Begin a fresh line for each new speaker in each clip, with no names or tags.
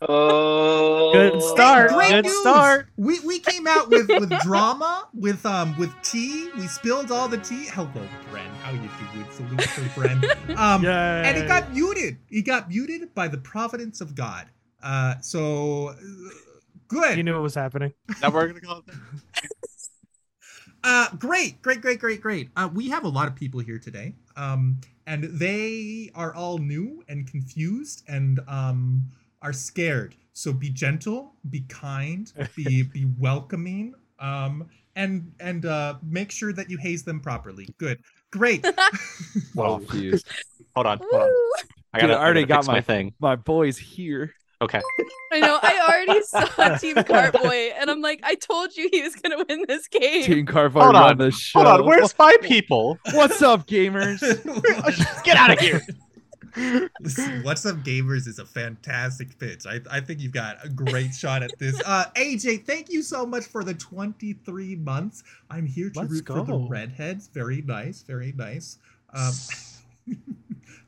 Oh,
Good start.
Great
Good
news!
start.
We, we came out with, with drama, with um with tea. We spilled all the tea. Hello, Bren. How you doing? Salute for Bren. Um,
Yay.
and it got muted. It got muted by the providence of God. Uh, so uh, good.
You knew what was happening.
Now we're gonna call it that.
Uh, great, great, great, great, great. Uh, we have a lot of people here today, um, and they are all new and confused and um, are scared. So be gentle, be kind, be be welcoming, um, and and uh, make sure that you haze them properly. Good, great.
Well,
confused.
hold on, hold on.
Woo.
I
Oh, Dude,
gotta,
I already
gotta
got
fix
my-
thing.
My boy's here.
Okay.
I know. I already saw Team Cartboy, and I'm like, I told you he was gonna win this game.
Team Carvar
Hold
on,
on,
the show.
Hold on, where's my people?
What's up, gamers?
Get out of here.
Listen, What's Up Gamers is a fantastic pitch. I, I think you've got a great shot at this. Uh, AJ, thank you so much for the 23 months. I'm here to
Let's
root for the
go.
Redheads. Very nice, very nice. Um,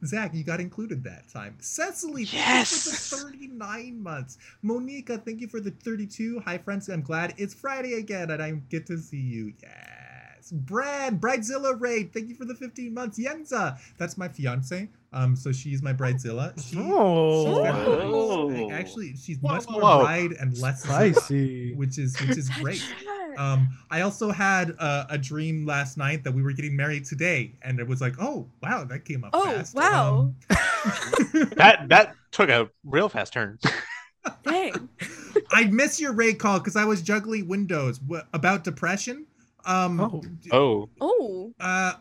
Zach, you got included that time. Cecily, thank
Yes.
you for the 39 months. Monica, thank you for the 32. Hi, friends. I'm glad it's Friday again and I get to see you. Yes. Brad, Bridezilla Raid, thank you for the 15 months. Yenza, that's my fiance. Um, so she's my Bridezilla. She, she's
Oh,
very nice.
Oh.
Actually, she's
Whoa,
much
whoa,
more
whoa.
bride and less Zilla,
spicy.
which is which is great. Um, I also had a, a dream last night that we were getting married today, and it was like, oh wow, that came up.
Oh,
fast.
wow.
Um,
That that took a real fast turn.
Dang.
I miss your raid call because I was juggling windows w- about depression. Um,
Oh.
Oh,
Oh,
uh,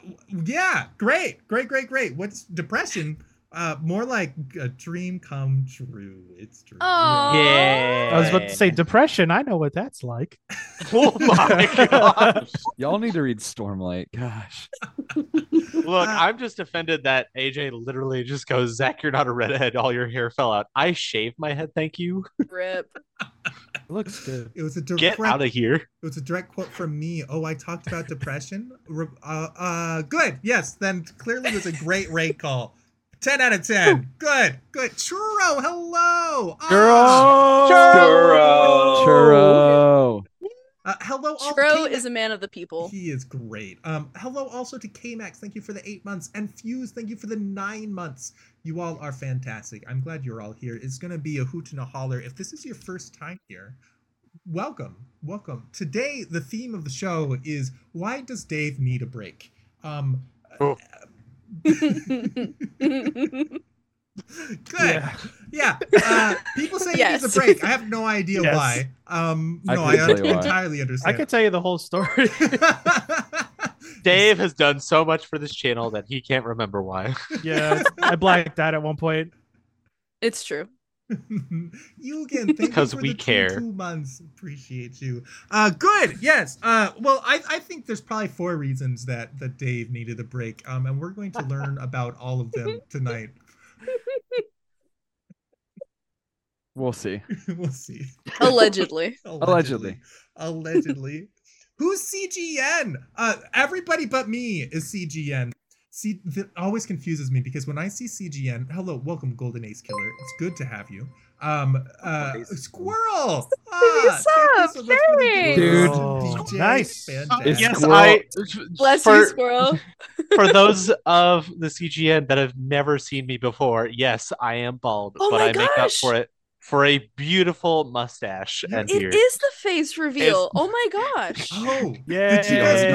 yeah, great, great, great, great. What's depression? Uh, more like a dream come true. It's true.
oh,
I was about to say depression. I know what that's like.
oh my god!
Y'all need to read Stormlight. Gosh.
Look,
Uh,
I'm just offended that AJ literally just goes, "Zach, you're not a redhead. All your hair fell out." I shaved my head. Thank you.
Rip.
It looks good.
It was a direct.
Get out of here.
It was a direct quote from me. Oh, I talked about depression. Re- Uh, uh, good. Yes, then clearly it was a great rate call. 10 out of 10. Good. Good. Churro, hello. Ah.
Churro.
Oh, Churro.
Uh, hello, all.
Tro
K-
is a man of the people.
He is great. Um, hello also to KMax. Thank you for the eight months. And Fuse, thank you for the nine months. You all are fantastic. I'm glad you're all here. It's going to be a hoot and a holler. If this is your first time here, welcome. Welcome. Today, the theme of the show is why does Dave need a break? Um,
Oh.
good. Yeah.
Yeah.
Uh, people say he needs
Yes.
a break. I have no idea
Yes.
why. Um,
I
no, I,
couldn't tell you why.
entirely
I
understand.
could tell you the whole story.
Dave has done so much for this channel that he can't remember why.
yeah, I blacked out at one point.
It's true.
you can thank you
'Cause
for
we
the two-
care.
Two months, appreciate you. Uh, good. Yes. Uh, well, I, I think there's probably four reasons that that Dave needed a break. Um, and we're going to learn about all of them tonight.
We'll see.
we'll see.
Allegedly.
Allegedly.
Allegedly. Who's CGN? Uh, everybody but me is CGN. See, that always confuses me because when I see CGN, hello, welcome, Golden Ace Killer. It's good to have you. Um, uh, Squirrel. Ah, thank you so much for the
Thanks.
Dude.
Oh,
DJ.
nice.
Fantastic.
yes,
Squirrel-
I.
Bless
for,
you, squirrel.
for those of the CGN that have never seen me before, yes, I am bald,
Oh
but
my
I make up
gosh.
for it for a beautiful mustache and
It
beard.
is the face reveal. oh my gosh.
Oh,
Yeah.
did you guys
Yay.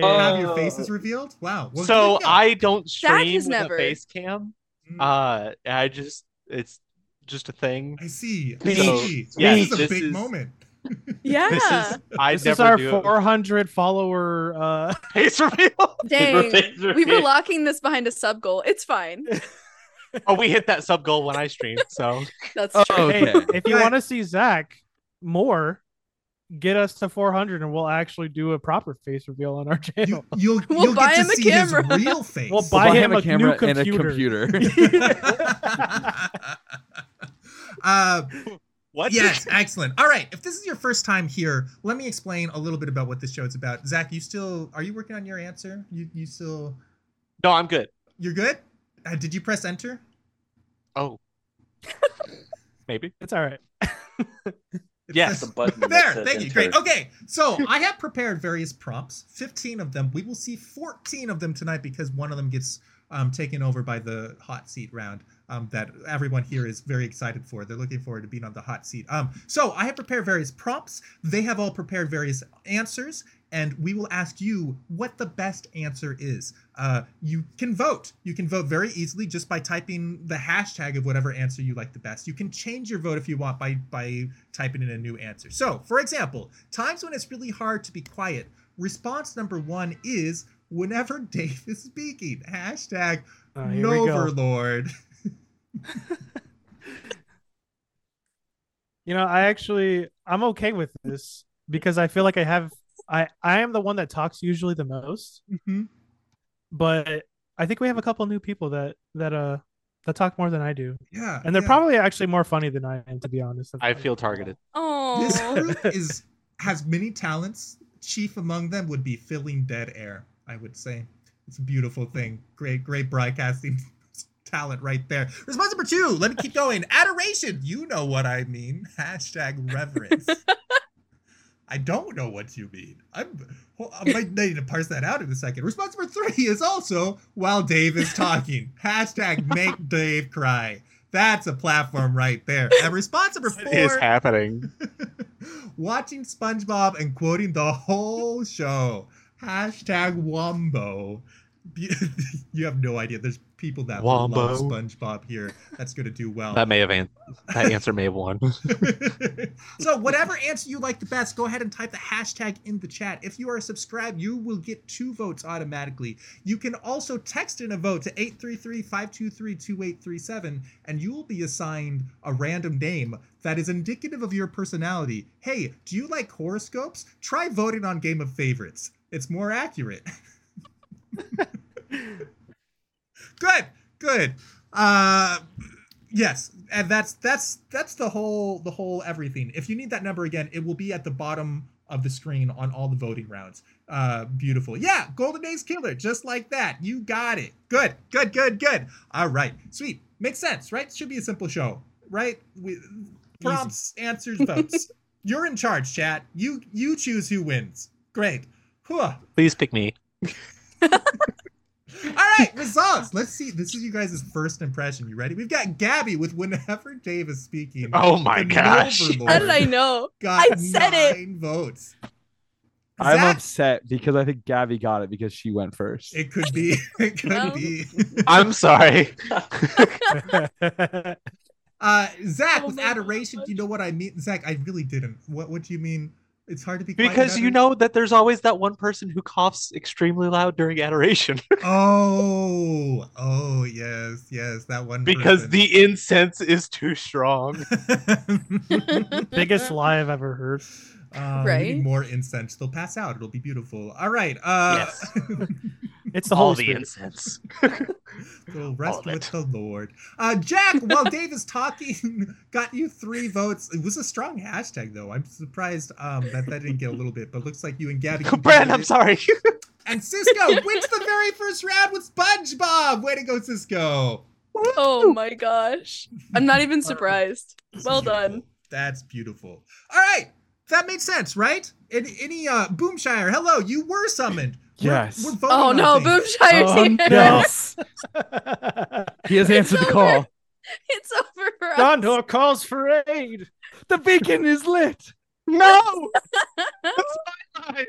not have your
Oh.
faces revealed? Wow. Well,
so
good job.
I don't stream
has
with
never-
a face cam.
Mm,
Uh, I just it's just a thing.
I see. I
so,
see.
yeah,
this is a
this
big
is-
moment.
Yeah.
This is I
This is
never
our
do it with
400 follower. Uh,
face reveal.
Dang.
Face
We were
reveal.
locking this behind a sub goal. It's fine.
oh, we hit that sub goal when I streamed. So
That's
Oh,
true.
okay.
hey, if you
Right.
want to see Zach more, get us to 400 and we'll actually do a proper face reveal on our
You,
channel.
you'll
We'll
you'll
buy
get
him
to
a
see
camera.
his real face.
We'll
Buy, him, a camera
new
and a
computer.
computer.
uh,
what?
yes, excellent. All right, if this is your first time here, let me explain a little bit about what this show is about. Zach, you still are you working on your answer? You you still
No, I'm good.
you're good? Uh, did you press enter?
Oh, maybe.
It's all right.
It
Yes.
says-
The button that
there,
says
thank you.
enter.
Great. Okay, so I have prepared various prompts, 15 of them. We will see 14 of them tonight because one of them gets um, taken over by the hot seat round um, that everyone here is very excited for. They're looking forward to being on the hot seat. Um, so I have prepared various prompts. They have all prepared various answers, and we will ask you what the best answer is. Uh, you can vote. You can vote very easily just by typing the hashtag of whatever answer you like the best. You can change your vote if you want by by typing in a new answer. So, for example, times when it's really hard to be quiet. Response number one is whenever Dave is speaking. Hashtag
Oh, here we go.
Noverlord.
You know, I actually I'm okay with this because I feel like I have I I am the one that talks usually the most,
Mhm.
but I think we have a couple new people that that uh that talk more than I do,
Yeah,
and they're
yeah.
probably actually more funny than I am to be honest.
I feel targeted.
this
Oh,
group is has many talents. Chief among them would be filling dead air. I would say it's a beautiful thing. Great, great broadcasting talent right there. Response number two. Let me keep going. Adoration. You know what I mean. Hashtag reverence. I don't know what you mean. I'm, well, I might need to parse that out in a second. Response number three is also while Dave is talking. Hashtag make Dave cry. That's a platform right there. And response number four
It is happening.
watching SpongeBob and quoting the whole show. Hashtag Wombo. Be- You have no idea. There's people that
Wombo.
love SpongeBob here. That's going to do well.
That may have an- that answer may have won.
so whatever answer you like the best, go ahead and type the hashtag in the chat. If you are subscribed, you will get two votes automatically. You can also text in a vote to 833-523-2837 and you will be assigned a random name that is indicative of your personality. Hey, do you like horoscopes? Try voting on Game of Favorites. It's more accurate. good. Good. Uh Yes, and that's that's that's the whole the whole everything. If you need that number again, it will be at the bottom of the screen on all the voting rounds. Uh, beautiful. Yeah, Golden Days Killer, just like that. You got it. Good, good, good, good. All right, sweet. Makes sense, right? Should be a simple show, right? We, prompts, answers, votes. You're in charge, chat. You you choose who wins. Great. Whew.
Please pick me.
All right, results. Let's see. This is you guys' first impression. You ready? We've got Gabby with whenever Dave is speaking.
Oh my
The
gosh.
Noverlord
how did I know?
Got
I said it.
nine votes.
I'm
Zach-
upset because I think Gabby got it because she went first.
It could be. It could
Well.
be.
I'm sorry.
targeted.
Uh, Zach
Oh
with
my
adoration.
gosh.
You know what I mean, Zach? I really didn't. What What do you mean? It's hard to be quiet
Because
about
you
it?
know that there's always that one person who coughs extremely loud during adoration.
Oh, oh yes, yes. That one.
because
person.
the incense is too strong.
Biggest lie I've ever heard.
Uh, we need
Right?
More incense. They'll pass out. It'll be beautiful. All right. Uh,
It's the whole
all the
Spirit.
incense.
We'll rest
All of
with the Lord. Uh, Jack, while Dave is talking, got you three votes. It was a strong hashtag, though. I'm surprised um, that that didn't get a little bit, but looks like you and Gabby.
Brand,
completed
I'm
it.
sorry.
And Cisco wins the very first round with SpongeBob. Way to go, Cisco.
oh my gosh, I'm not even surprised.
This is
Well
beautiful.
done.
That's beautiful. All right. That made sense, right? In any uh Boomshire, hello, you were summoned. We're-
Yes.
We're, voting
Oh
on
no,
things.
Boomshire's
Oh,
here.
no.
Don
He has answered the
over.
call.
It's over for us.
Dor calls for aid.
The beacon is lit.
no. Fine.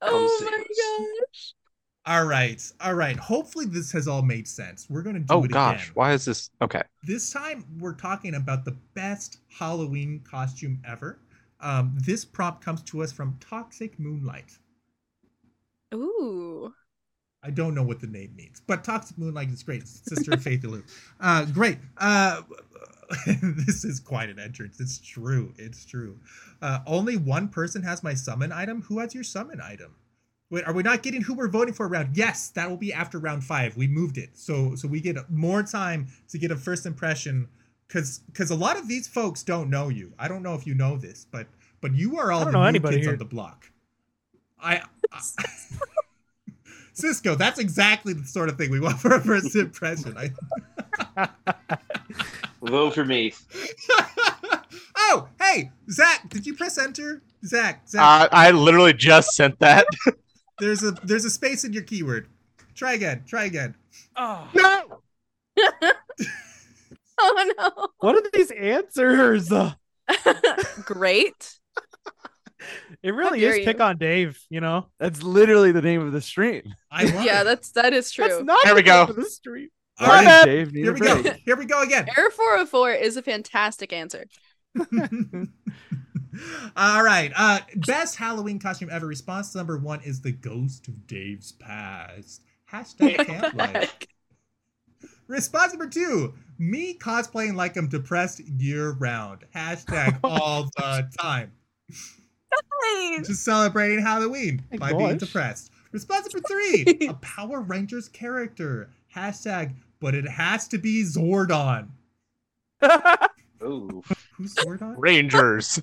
Oh
Come save
my gosh.
All right. All right. Hopefully this has all made sense. We're gonna do
Oh
it
gosh,
again.
why is this? Okay.
this time we're talking about the best Halloween costume ever. Um, this prompt comes to us from Toxic Moonlight.
Ooh.
I don't know what the name means, but Toxic Moonlight is great. It's Sister of Faith Alou. Uh, great. Uh, this is quite an entrance. It's true. It's true. Uh, only one person has my summon item. Who has your summon item? Wait, are we not getting who we're voting for round? Yes, that will be after round five. We moved it, so so we get more time to get a first impression, because because a lot of these folks don't know you. I don't know if you know this, but but you are all
I
the
don't know
new
anybody
kids on
here.
the block. I, I Cisco, that's exactly the sort of thing we want for a first impression. I,
Vote for me.
Oh, hey, Zach, did you press enter? Zach, Zach,
Uh, I literally just sent that.
there's a there's a space in your keyword. Try again. Try again.
Oh,
No.
Oh no.
what are these answers? Uh,
Great.
It really
dare
is
you.
pick on Dave, you know?
That's literally the name of the stream.
I love
Yeah,
it.
that's that is true.
That's not
There we
the name
go.
of the street.
All
Sorry,
right,
bad.
Dave, need
here
a
we go.
break.
Here we go again.
Error 404 is a fantastic answer.
All right. Uh, best Halloween costume ever. Response number one is the ghost of Dave's past. Hashtag camp life. Response number two, me cosplaying like I'm depressed year round. Hashtag all the time.
Nice.
Just celebrating Halloween
My
by being
gosh.
depressed. Response number three, a Power Rangers character. Hashtag, but it has to be Zordon.
Ooh.
Who's Zordon?
Rangers.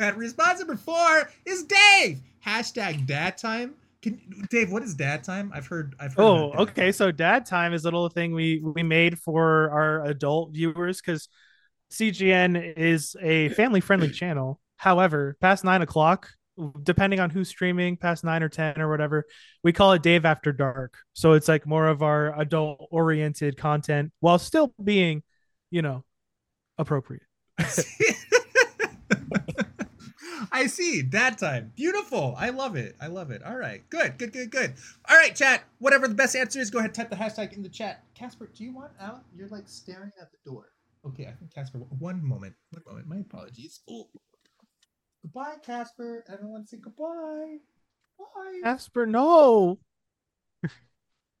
And response number four is Dave. Hashtag dad time. Can Dave, what is dad time? I've heard I've heard.
Oh,
about dad
okay. So dad time is a little thing we we made for our adult viewers because CGN is a family friendly channel. However, past nine o'clock, depending on who's streaming, past nine or ten or whatever, we call it Dave After Dark. So it's like more of our adult oriented content while still being, you know, appropriate.
time. I see. Dad time. Beautiful. I love it. I love it. All right. Good. Good. Good. Good. All right, chat. Whatever the best answer is, go ahead type the hashtag in the chat. Casper, do you want out? You're like staring at the door. Okay, I think Casper one moment. One moment. My apologies. Oh. Goodbye, Casper. Everyone say goodbye. Bye.
Casper, no.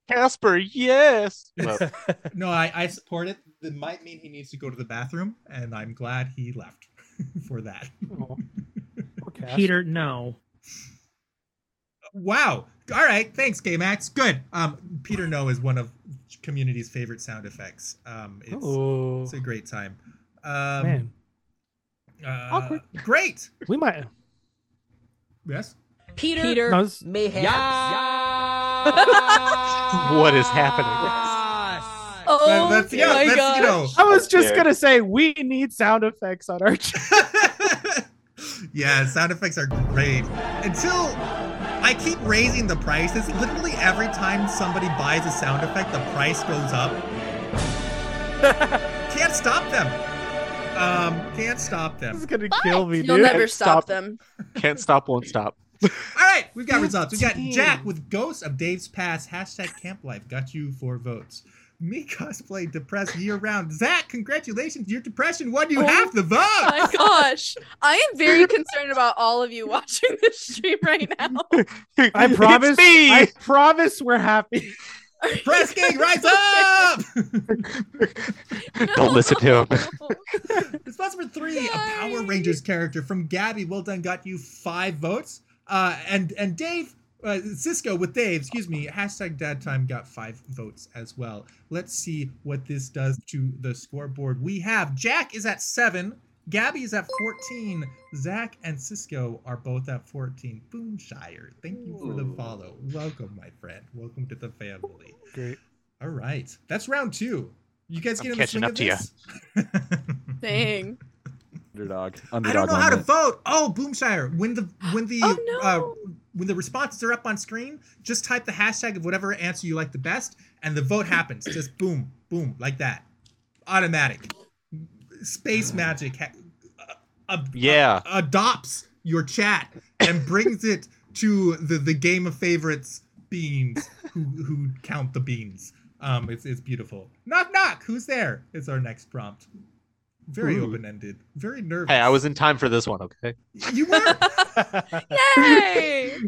Casper, yes. Well,
No, I, I support it. That might mean he needs to go to the bathroom, and I'm glad he left for that.
Oh, poor Casper.
Peter, no.
Wow. All right. Thanks, K Max. Good. Um, Peter No is one of community's favorite sound effects. Um, it's,
Oh,
it's a great time. Um,
man.
uh,
Awkward.
Great.
We might.
Yes.
Peter,
Peter.
No, it's-
Mayhem.
what is happening?
Oh
that's yeah.
my
that's
gosh.
you know.
I was just
Yeah.
gonna say we need sound effects on our channel.
yeah, sound effects are great. Until I keep raising the prices, literally every time somebody buys a sound effect, the price goes up. can't stop them. Um, can't stop
This is
them.
gonna kill me,
You'll
dude.
never stop,
Stop.
them.
Can't stop, won't stop.
All right, we've got results. We got
Fifteen.
Jack with Ghost of Dave's Past hashtag Camp Life got you four votes. Me cosplay depressed year round. Zach, congratulations, your depression won you
Oh
half the vote.
My gosh. I am very concerned about all of you watching this stream right now.
I
It's
promise.
me!
I promise we're happy.
Press gang, rise up!
Don't listen to him.
Response number three, a Power
Yay.
Rangers character from Gabby. Well done, got you five votes. Uh, and and Dave, uh, Cisco with Dave, excuse me. Hashtag Dad Time got five votes as well. Let's see what this does to the scoreboard. We have Jack is at seven. Gabby is at 14. Zach and Cisco are both at 14. Boonshire, thank you for the
Ooh.
follow. Welcome, my friend. Welcome to the family.
Great.
All right. That's round two. You guys
I'm
get in
catching up to
the
ya.
swing of this?
Dang.
Underdog.
I
Underdog.
don't know how to
moment.
vote. Oh, Boomshire! When the when the
Oh, no.
uh, when the responses are up on screen, just type the hashtag of whatever answer you like the best, and the vote happens. Just boom, boom, like that, automatic. Space magic. Ha- uh, ab-
Yeah.
a- adopts your chat and brings it to the the game of favorites beans who who count the beans. Um, it's it's beautiful. Knock knock. Who's there? Is our next prompt. Very
Ooh.
open ended. Very nervous.
Hey, I was in time for this one, okay?
You were
Yay.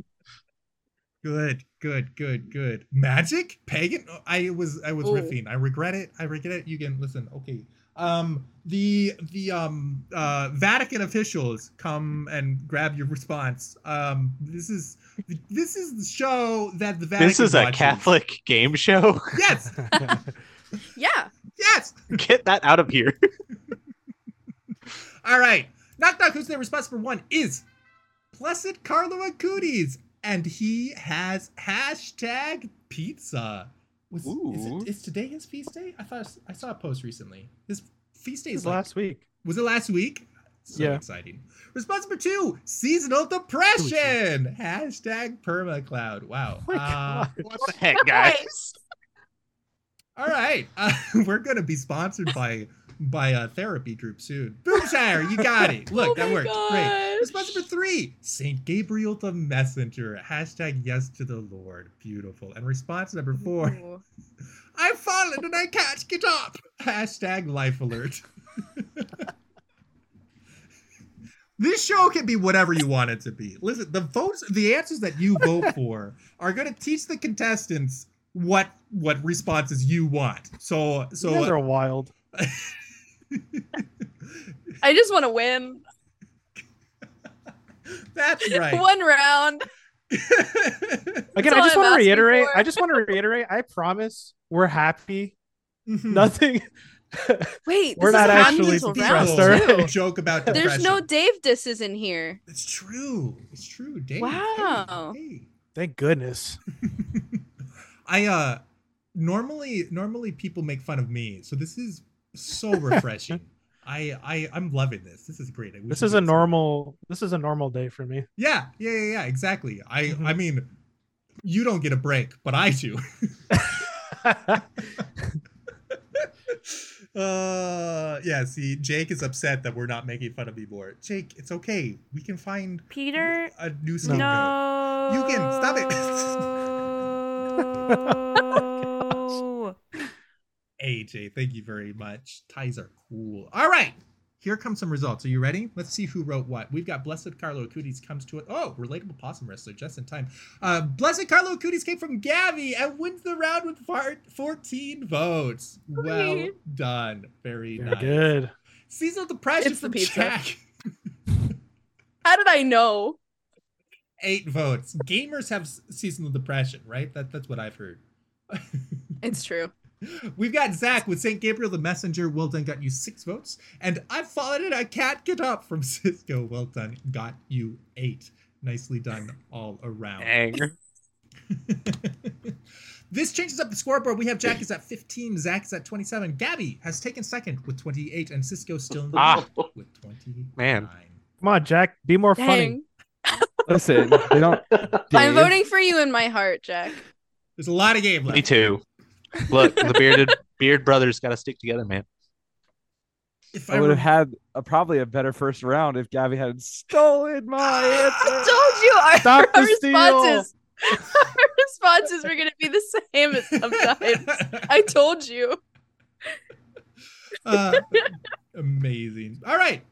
good, good, good, good. Magic, pagan. Oh, I was, I was
Ooh.
riffing. I regret it. I regret it. You can listen. Okay. Um, the the um uh Vatican officials come and grab your response. Um, this is this is the show that the Vatican.
This is a
watches.
Catholic game show.
Yes,
Yeah.
yes.
Get that out of here.
All right. Knock knock. Who's there? Response for one is Blessed Carlo Acutis, and he has hashtag pizza. Was, is
Ooh.
it, is today his feast day? I thought I s- I saw a post recently. His feast day
It
is
was
like,
last week.
Was it last week? So
Yeah.
exciting. Response number two: seasonal depression. Hashtag permacloud. Wow.
Oh my
Uh,
What the heck, guys?
all right, uh, we're gonna be sponsored by by a therapy group soon. Boomshire, you got it. Look,
oh
that
my
worked. Great.
gosh.
Response number three, Saint Gabriel the Messenger. Hashtag yes to the Lord. Beautiful. And response number four,
Ooh.
I've fallen and I can't get up. Hashtag life alert. this show can be whatever you want it to be. Listen, the votes, the answers that you vote for are gonna teach the contestants what what responses you want. So so
you guys are wild.
I just want to win
that's right.
one round.
Again,
That's
I
all
just
I'm
want to
asking
reiterate.
for.
I just want to reiterate. I promise we're happy.
Mhm.
Nothing.
Wait,
We're
this
not
is
actually
Hamilton's
depressed,
round
alright?
too.
too.
joke about depression.
There's no Dave disses in here.
It's true. It's true. Dave.
Wow.
Hey,
Thank goodness.
hey. I uh normally normally people make fun of me, so this is so refreshing. I I I'm loving this. This is great. I wish
This
I
is
could
a
see-
normal. This is a normal day for me.
Yeah, yeah, yeah, yeah. Exactly. I
Mhm.
I mean, you don't get a break, but I do. uh yeah. See, Jake is upset that we're not making fun of me more. Jake, it's okay. We can find
Peter,
a new
no.
scapegoat. You can stop it.
Oh,
No.
AJ, thank you very much. Ties are cool. All right. Here come some results. Are you ready? Let's see who wrote what. We've got Blessed Carlo Cooties comes to it. Oh, relatable possum wrestler, just in time. Uh, Blessed Carlo Cooties came from Gabby and wins the round with far- 14 votes. Well
Whee!
done. Very
Very
nice.
good.
Seasonal depression
It's the
from
pizza.
Jack.
How did I know?
Eight votes. Gamers have s- seasonal depression, right? That, that's what I've heard.
It's true.
We've got Zach with St. Gabriel the Messenger. Well done, got you six votes. And I've fallen and I can't get up from Cisco. Well done, got you eight. Nicely done all around.
Dang.
this changes up the scoreboard. We have Jack is at 15, Zach is at 27. Gabby has taken second with 28, and Cisco still in the
Ah.
lead with 29.
Man.
Come on, Jack. Be more funny.
Dang.
Listen, they don't.
I'm
Dave,
voting for you in my heart, Jack.
There's a lot of game left.
Me too. Look, the bearded beard brothers got to stick together, man.
If
I would
were-
have had a, probably a better first round if Gabby had stolen my
I
answer.
told you our,
Ah! Stop
our
the steal.
responses. our responses were gonna be the same as sometimes. I told you.
Uh, amazing. All right.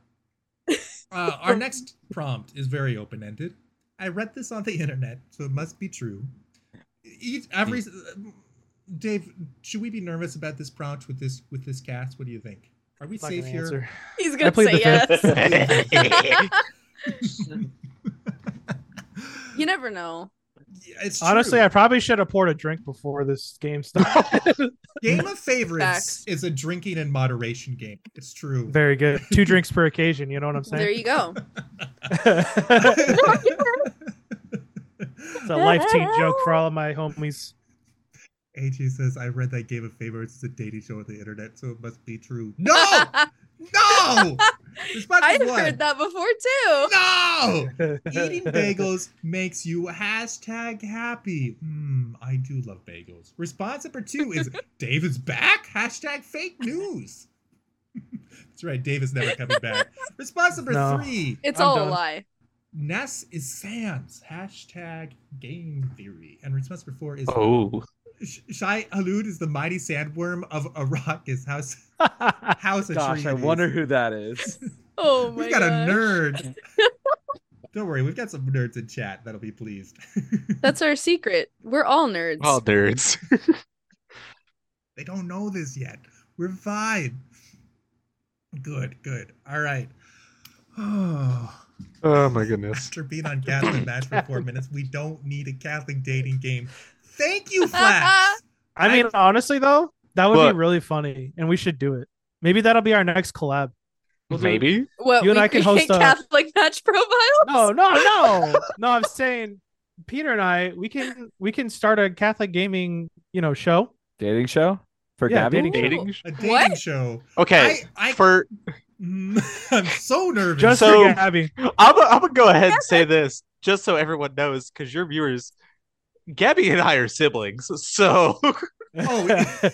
Uh, our next prompt is very open ended. I read this on the internet, so it must be true. Each every Dave, should we be nervous about this prompt with this with this cast? What do you think? Are we
Not
safe
gonna
here?
answer.
He's
I
gonna
plead
say
the
yes.
Yeah,
You never know.
it's
Honestly,
true.
I probably should have poured a drink before this game started.
game of favorites
Facts.
is a drinking in moderation game. It's true.
Very good. Two drinks per occasion. You know what I'm
There
saying?
you go.
it's a life team joke for all of my homies.
AJ says, I read that Game of Favorites is a dating show on the internet, so it must be true. No!
Oh!
No! Response
I've
is one.
heard that before too.
No! Eating bagels makes you hashtag happy. Hmm, I do love bagels. Response number two is David's back? Hashtag fake news. That's right, David's never coming back. Response number
No.
three.
It's
I'm
all
done.
a lie.
Ness is Sans. Hashtag game theory. And response number four is
oh,
Sh- Shai Halud is the mighty sandworm of Arrakis House House
Gosh, I
Atreides.
wonder who that is.
Oh my
We've got
gosh.
a nerd. Don't worry, we've got some nerds in chat that'll be pleased.
That's our secret. We're all nerds.
all nerds.
they don't know this yet. We're fine. Good, good. All right. Oh,
Oh my goodness.
after being on Catholic Match for four minutes, we don't need a Catholic dating game. Thank you, Flash.
I mean, honestly, though, that would
What?
be really funny, and we should do it. Maybe that'll be our next collab. We'll do-
Maybe.
What
You and
we
I can
create
host a-
Catholic match profiles?
No, no, no, no. I'm saying Peter and I, we can we can start a Catholic gaming, you know, show.
Dating show for
Yeah,
Gabby.
dating-
Dating.
a dating
What?
show.
Okay.
I- I-
for
Mm, I'm so nervous.
Just
So-
for Gabby.
I'm gonna go ahead and say this just so everyone knows, because your viewers, Gabby and I are siblings, so
Oh.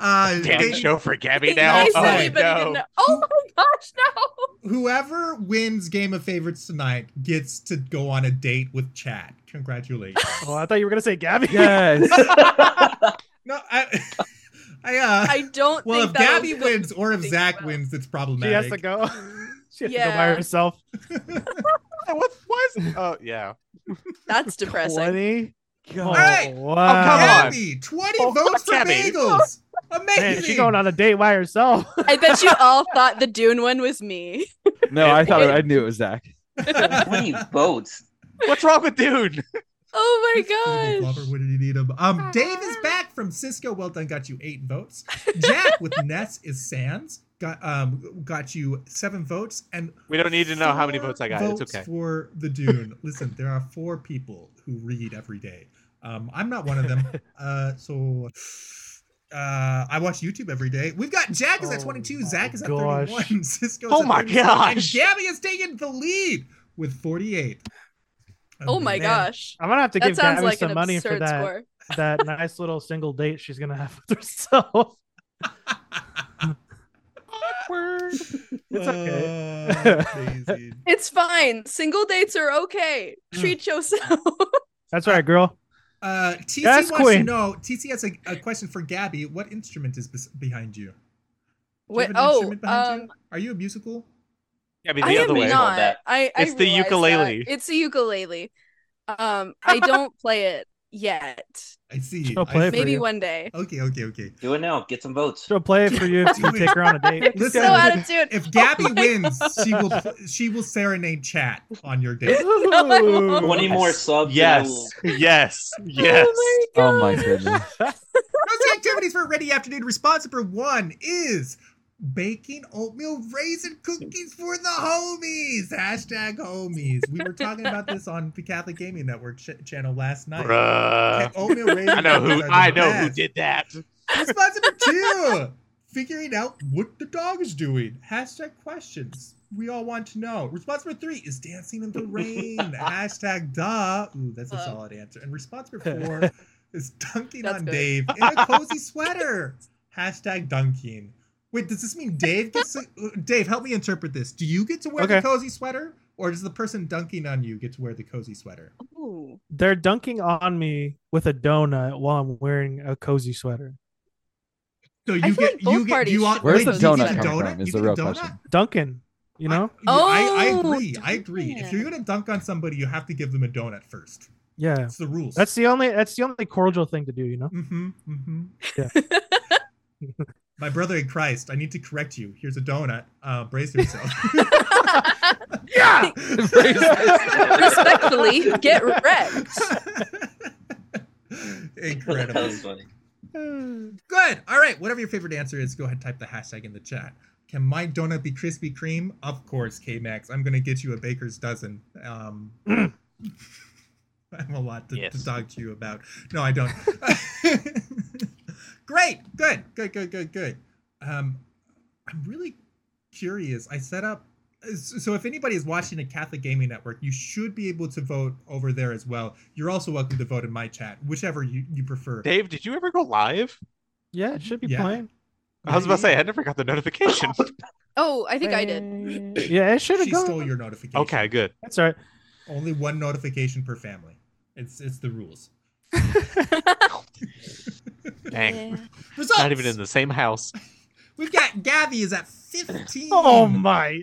uh,
damn
they-
show for Gabby
You
now.
said
Oh,
we better get
no.
no- oh my gosh, no.
whoever wins Game of Favorites tonight gets to go on a date with Chad. Congratulations.
Well, Oh, I thought you were gonna say Gabby.
Yes.
no, I, I, uh,
I don't
well, if
think that'll
Gabby
go
wins or if
think
Zach
well.
wins, it's
she has
problematic.
to go. she has to go by
Yeah.
herself.
What was? Oh yeah.
That's depressing.
Twenty. Oh,
God.
right.
wow.
come on.
Gabby, 20
Oh,
votes
fuck
for
Gabby.
bagels. Amazing.
Man, she going on a date by herself.
I bet you all thought the Dune one was me.
No, I thought I knew it was Zach.
Twenty votes.
What's wrong with dude?
Oh
Could've
my
been
gosh.
Flopper, wouldn't you need him? Um, Dave is back from Cisco. Well done, got you eight votes. Jack with Ness is Sands. Got um got you seven votes and
We don't need to know how many
four
votes I got. It's
votes
okay.
For the Dune. Listen, there are four people who read every day. Um, I'm not one of them. Uh, so uh, I watch YouTube every day. We've got Jack is at
Oh
22,
my
Zach is at
gosh.
31, Cisco.
Oh my
And
gosh.
Gabby has taken the lead with 48.
Oh my
Amazing.
gosh.
I'm gonna have to
That
give
sounds
Gabby
like
some
an
money for
absurd
that
score.
that nice little single date she's gonna have with herself. It's okay.
Uh, amazing.
It's fine. Single dates are okay. Treat
Hmm.
yourself.
That's all right, girl.
Uh, TC
Yes,
wants to
Queen.
know. TC has a, a question for Gabby. What instrument is bes- behind you? Do you
Wait,
have an
oh,
instrument behind
um,
you? are you a musical?
Gabby,
I
the other
am
way.
Hold
not.
that.
I, I
It's the
realize that.
ukulele.
It's a ukulele. Um, I don't play it yet.
I see.
She'll
I
play for
see.
Maybe
you.
one day.
Okay, okay, okay.
Do it now. Get some votes.
She'll play it for you if you
Dude.
take her on a date.
I'm
Listen,
so out of tune.
If
Oh
Gabby
my
wins, she will pl- she will serenade chat on your date.
I won't.
Twenty
Yes.
more subs. and I will-
Yes. Yes. Yes.
Oh my
Oh my
gosh.
goodness.
Those activities for a ready afternoon response number one is baking oatmeal raisin cookies for the homies. Hashtag homies. We were talking about this on the Catholic Gaming Network ch- channel last night. Ca-
Bruh.
Oatmeal raisin
I know
cookies
who.
are the
I know who
best.
did that.
Response number two: figuring out what the dog is doing. Hashtag questions. We all want to know. Response number three is dancing in the rain. Hashtag duh. Ooh, that's a
Uh.
solid answer. And response number four is dunking
That's
on
good.
Dave in a cozy sweater. Hashtag dunking. Wait, does this mean Dave gets to, uh, Dave, help me interpret this. Do you get to wear the
Okay.
cozy sweater? Or does the person dunking on you get to wear the cozy sweater?
Ooh.
They're dunking on me with a donut while I'm wearing a cozy sweater.
So
feel
you get
like both
you get
parties
you all,
should
Where's
wait,
the
you get
donut
a
coming from
donut?
is
You
the
get a
real
donut?
question.
Dunking, you know?
I, I, I
Oh,
agree. I agree. If you're
donut.
gonna dunk on somebody, you have to give them a donut first.
yeah.
It's the rules.
That's the only that's the only cordial thing to do, you know?
Mm-hmm. Mm-hmm. My brother in Christ, I need to correct you. Here's a donut. Uh, brace yourself. yeah.
Respectfully, get wrecked.
that
Incredible.
was funny.
Good. All right. Whatever your favorite answer is, go ahead and type the hashtag in the chat. Can my donut be Krispy Kreme? Of course, K Max. I'm gonna get you a baker's dozen. Um, I have a lot to, to
Mm. Yes.
talk to you about. No, I don't. Great. Good. Good. Good. Good. Good. Um, I'm really curious. I set up. So, if anybody is watching a Catholic Gaming Network, you should be able to vote over there as well. You're also welcome to vote in my chat, whichever you, you prefer.
Dave, did you ever go live?
Yeah, it should be
Yeah.
playing.
I was about to
Maybe.
say I never got the notification.
Oh, I think I did.
Yeah, it should have
she
gone.
stole your notification.
okay, good.
That's all right.
Only one notification per family. It's it's the rules.
Dang,
Results.
not even in the same house.
We've got Gabby is at fifteen.
Oh my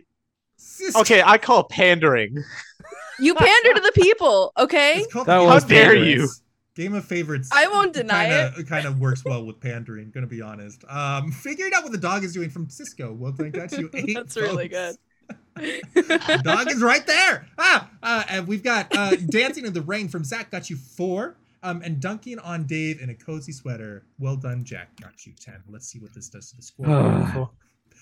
Sister-
Okay, I call pandering.
You pander to the people, okay?
It's called
That
Game
was
of
How dare
Favorites.
you.
Game of favorites.
I won't deny
kinda, it. Kind of works well with pandering. Gonna be honest. Um, figuring out what the dog is doing from Cisco. Well, I got you eight.
That's really
votes.
good.
The dog is right there. Ah, uh, and we've got uh, dancing in the rain from Zach. Got you four. Um, and dunking on Dave in a cozy sweater. Well done, Jack. Got you ten. Let's see what this does to the score.
beautiful.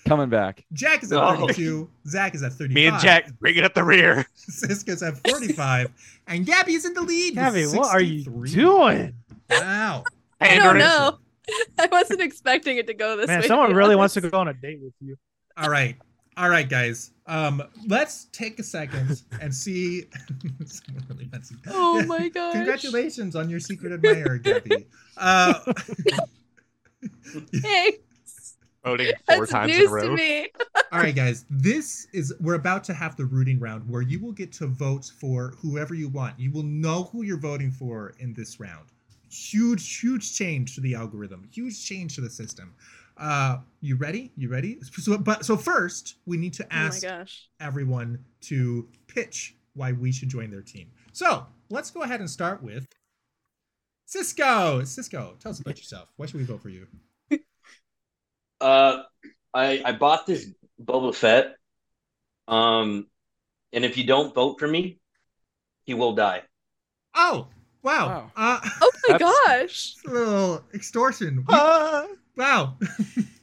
Coming back.
Jack is at
Oh.
32. Zach is at 35.
Me and Jack bringing up the rear.
Siska's at 45. And Gabby's in the lead. with
Gabby, what are you
63.
doing?
Wow.
I don't
Pandering.
know. I wasn't expecting it to go this
Man,
way.
if someone
be
really wants to
honest.
go on a date with you.
All right. All right, guys. Um, let's take a second and see. Someone really fancy.
Oh my god.
Congratulations on your secret admirer, Gabby. Uh,
Hey,
voting four
that's
times in a
news to
row.
me. Oh
all right, guys. This is we're about to have the rooting round where you will get to vote for whoever you want. You will know who you're voting for in this round. Huge, huge change to the algorithm. Huge change to the system. Uh, you ready? You ready? So, but so first, we need to ask
oh my gosh.
everyone to pitch why we should join their team. So let's go ahead and start with Cisco. Cisco, tell us about yourself. Why should we vote for you?
Uh, I I bought this Boba Fett. Um, and if you don't vote for me, he will die.
Oh, wow.
Wow.
Uh,
Oh my
That's-
gosh.
it's a little extortion. We-
Ah,
wow.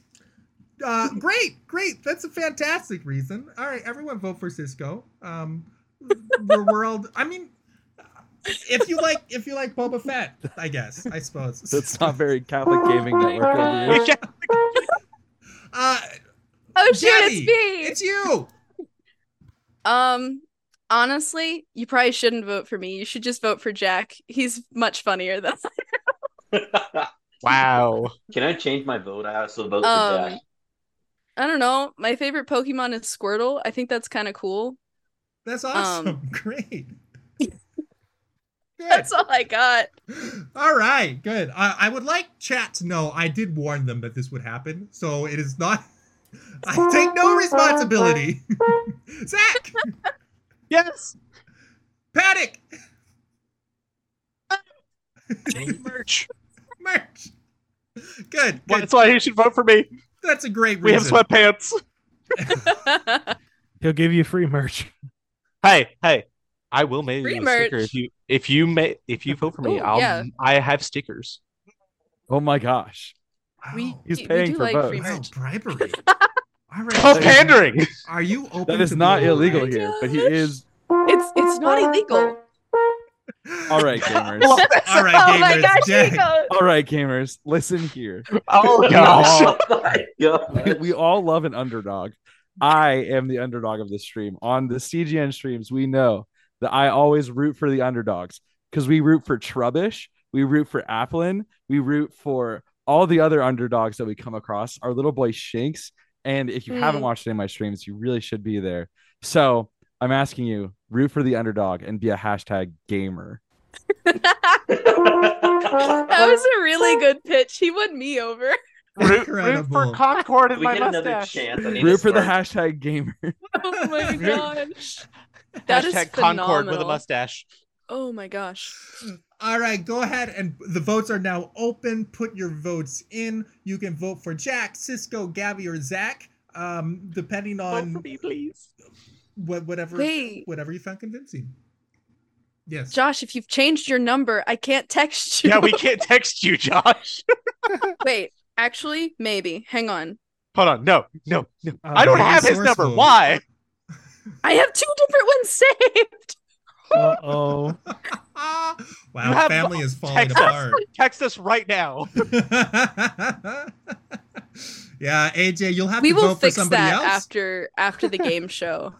uh, great, great. That's a fantastic reason. All right, everyone vote for Cisco. Um, the world. I mean, if you like, if you like Boba Fett, I guess. I suppose
That's not very Catholic gaming network over
we
here.
can't-
Uh,
Oh shit,
Gabby,
it's me.
it's you.
Um, honestly, you probably shouldn't vote for me. You should just vote for Jack. He's much funnier than I.
Can
wow.
I change my vote? I also vote for
Um,
Jack.
I don't know. My favorite Pokemon is Squirtle. I think that's kind of cool.
That's awesome. Great. Good.
That's all I got.
All right. Good. I, I would like chat to know I did warn them that this would happen, so it is not. I take no responsibility. Zach,
Yes.
Paddock,
Merch.
merch. Good.
Well,
good.
that's why you should vote for me.
That's a great reason.
We have sweatpants.
He'll give you free merch.
Hey, hey. I will mail
Free
you a sticker
merch.
if you if you may if you vote for me.
Ooh,
I'll
yeah.
I have stickers.
Oh my gosh.
we,
Wow.
He's
we
paying
do
for
like
both.
free
Oh, Wow,
merch.
bribery. All right.
Oh, pandering.
Are you open?
That is
to
not
being
illegal
bribed?
here, but he is.
It's it's not illegal.
All right, gamers.
All right,
oh
gamers.
my gosh,
Jack.
he goes.
All right, gamers. Listen here.
Oh
Oh
gosh.
my God.
we, we all love an underdog. I am the underdog of this stream. On the CGN streams, we know that I always root for the underdogs because we root for Trubbish, we root for Applin, we root for all the other underdogs that we come across. Our little boy Shinx, and if you haven't
Mm.
watched any of my streams, you really should be there. So I'm asking you, root for the underdog and be a hashtag gamer.
That was a really good pitch. He won me over.
root, root
Incredible.
for Concord in
we
my
get another
mustache.
chance. I need to
Root for the
start.
hashtag gamer.
Oh my gosh. That is
Hashtag Concord with a
phenomenal.
mustache.
Oh my gosh.
All right, go ahead and the votes are now open. Put your votes in. You can vote for Jack, Cisco, Gabby, or Zach, um, depending
Vote for
on
me, please.
what, whatever
Wait,
whatever you found convincing. Yes.
Josh, if you've changed your number, I can't text you.
Yeah, we can't text you, Josh.
Wait, actually, maybe. Hang on.
Hold on. No, no, no.
Uh,
I don't
you're
have his number.
resourceful.
Why?
I have two different ones saved.
Uh oh.
Ah, wow,
You have
family is falling
Texas.
apart.
Text us right now.
yeah, AJ, you'll have
We
to
will
vote for
fix
somebody
that
else.
after after the game show.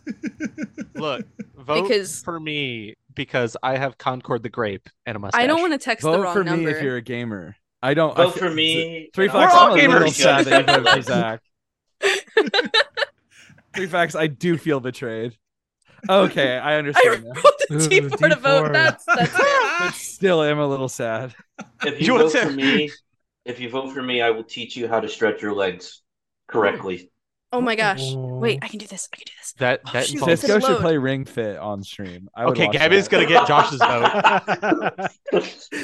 Look, vote
Because-
for me because I have Concord the grape and a mustache.
I don't want to text the
Vote
wrong
for me
number.
if you're a gamer. I don't I
Vote
f-
for me.
Three
and
facts.
We're all
I'm a little
gamers.
sad that I voted for Zach. Three facts. I do feel betrayed. Okay, I
I
understand. now.
rolled a
Ooh,
D4 to
D4.
vote. That's that's it.
But still, am a little sad.
If
You
you
want
vote
to-
for me, if you vote for me, I will teach you how to stretch your legs correctly.
Oh my gosh. Wait,
Oh.
I can do this. I can do this.
That
Oh,
that
shoot.
involves.
Cisco should
load.
play Ring Fit on stream. I would
Okay,
watch
Gabby's
that.
gonna get Josh's vote.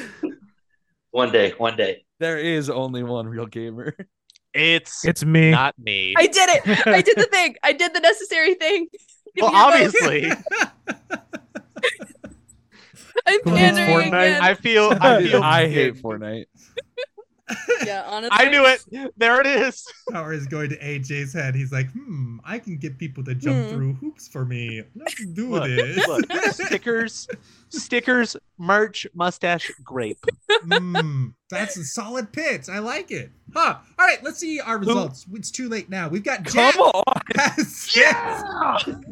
one day, one day.
There is only one real gamer.
It's
It's me.
not me.
I did it. I did the thing. I did the necessary thing. Give
well,
me your vote.
obviously,
I'm
Who needs
pandering
Fortnite?
again.
I feel I
I,
feel
I hate Fortnite.
Yeah, honestly.
I knew it. There it is.
Power is going to AJ's head. He's like, hmm, I can get people to jump
Hmm.
through hoops for me. Let's do
Look,
this.
look, stickers, stickers, merch, mustache, grape.
Mm, that's a solid pitch. I like it. Huh. All right, let's see our results. It's too late now. We've got Jack.
Come on.
Yes.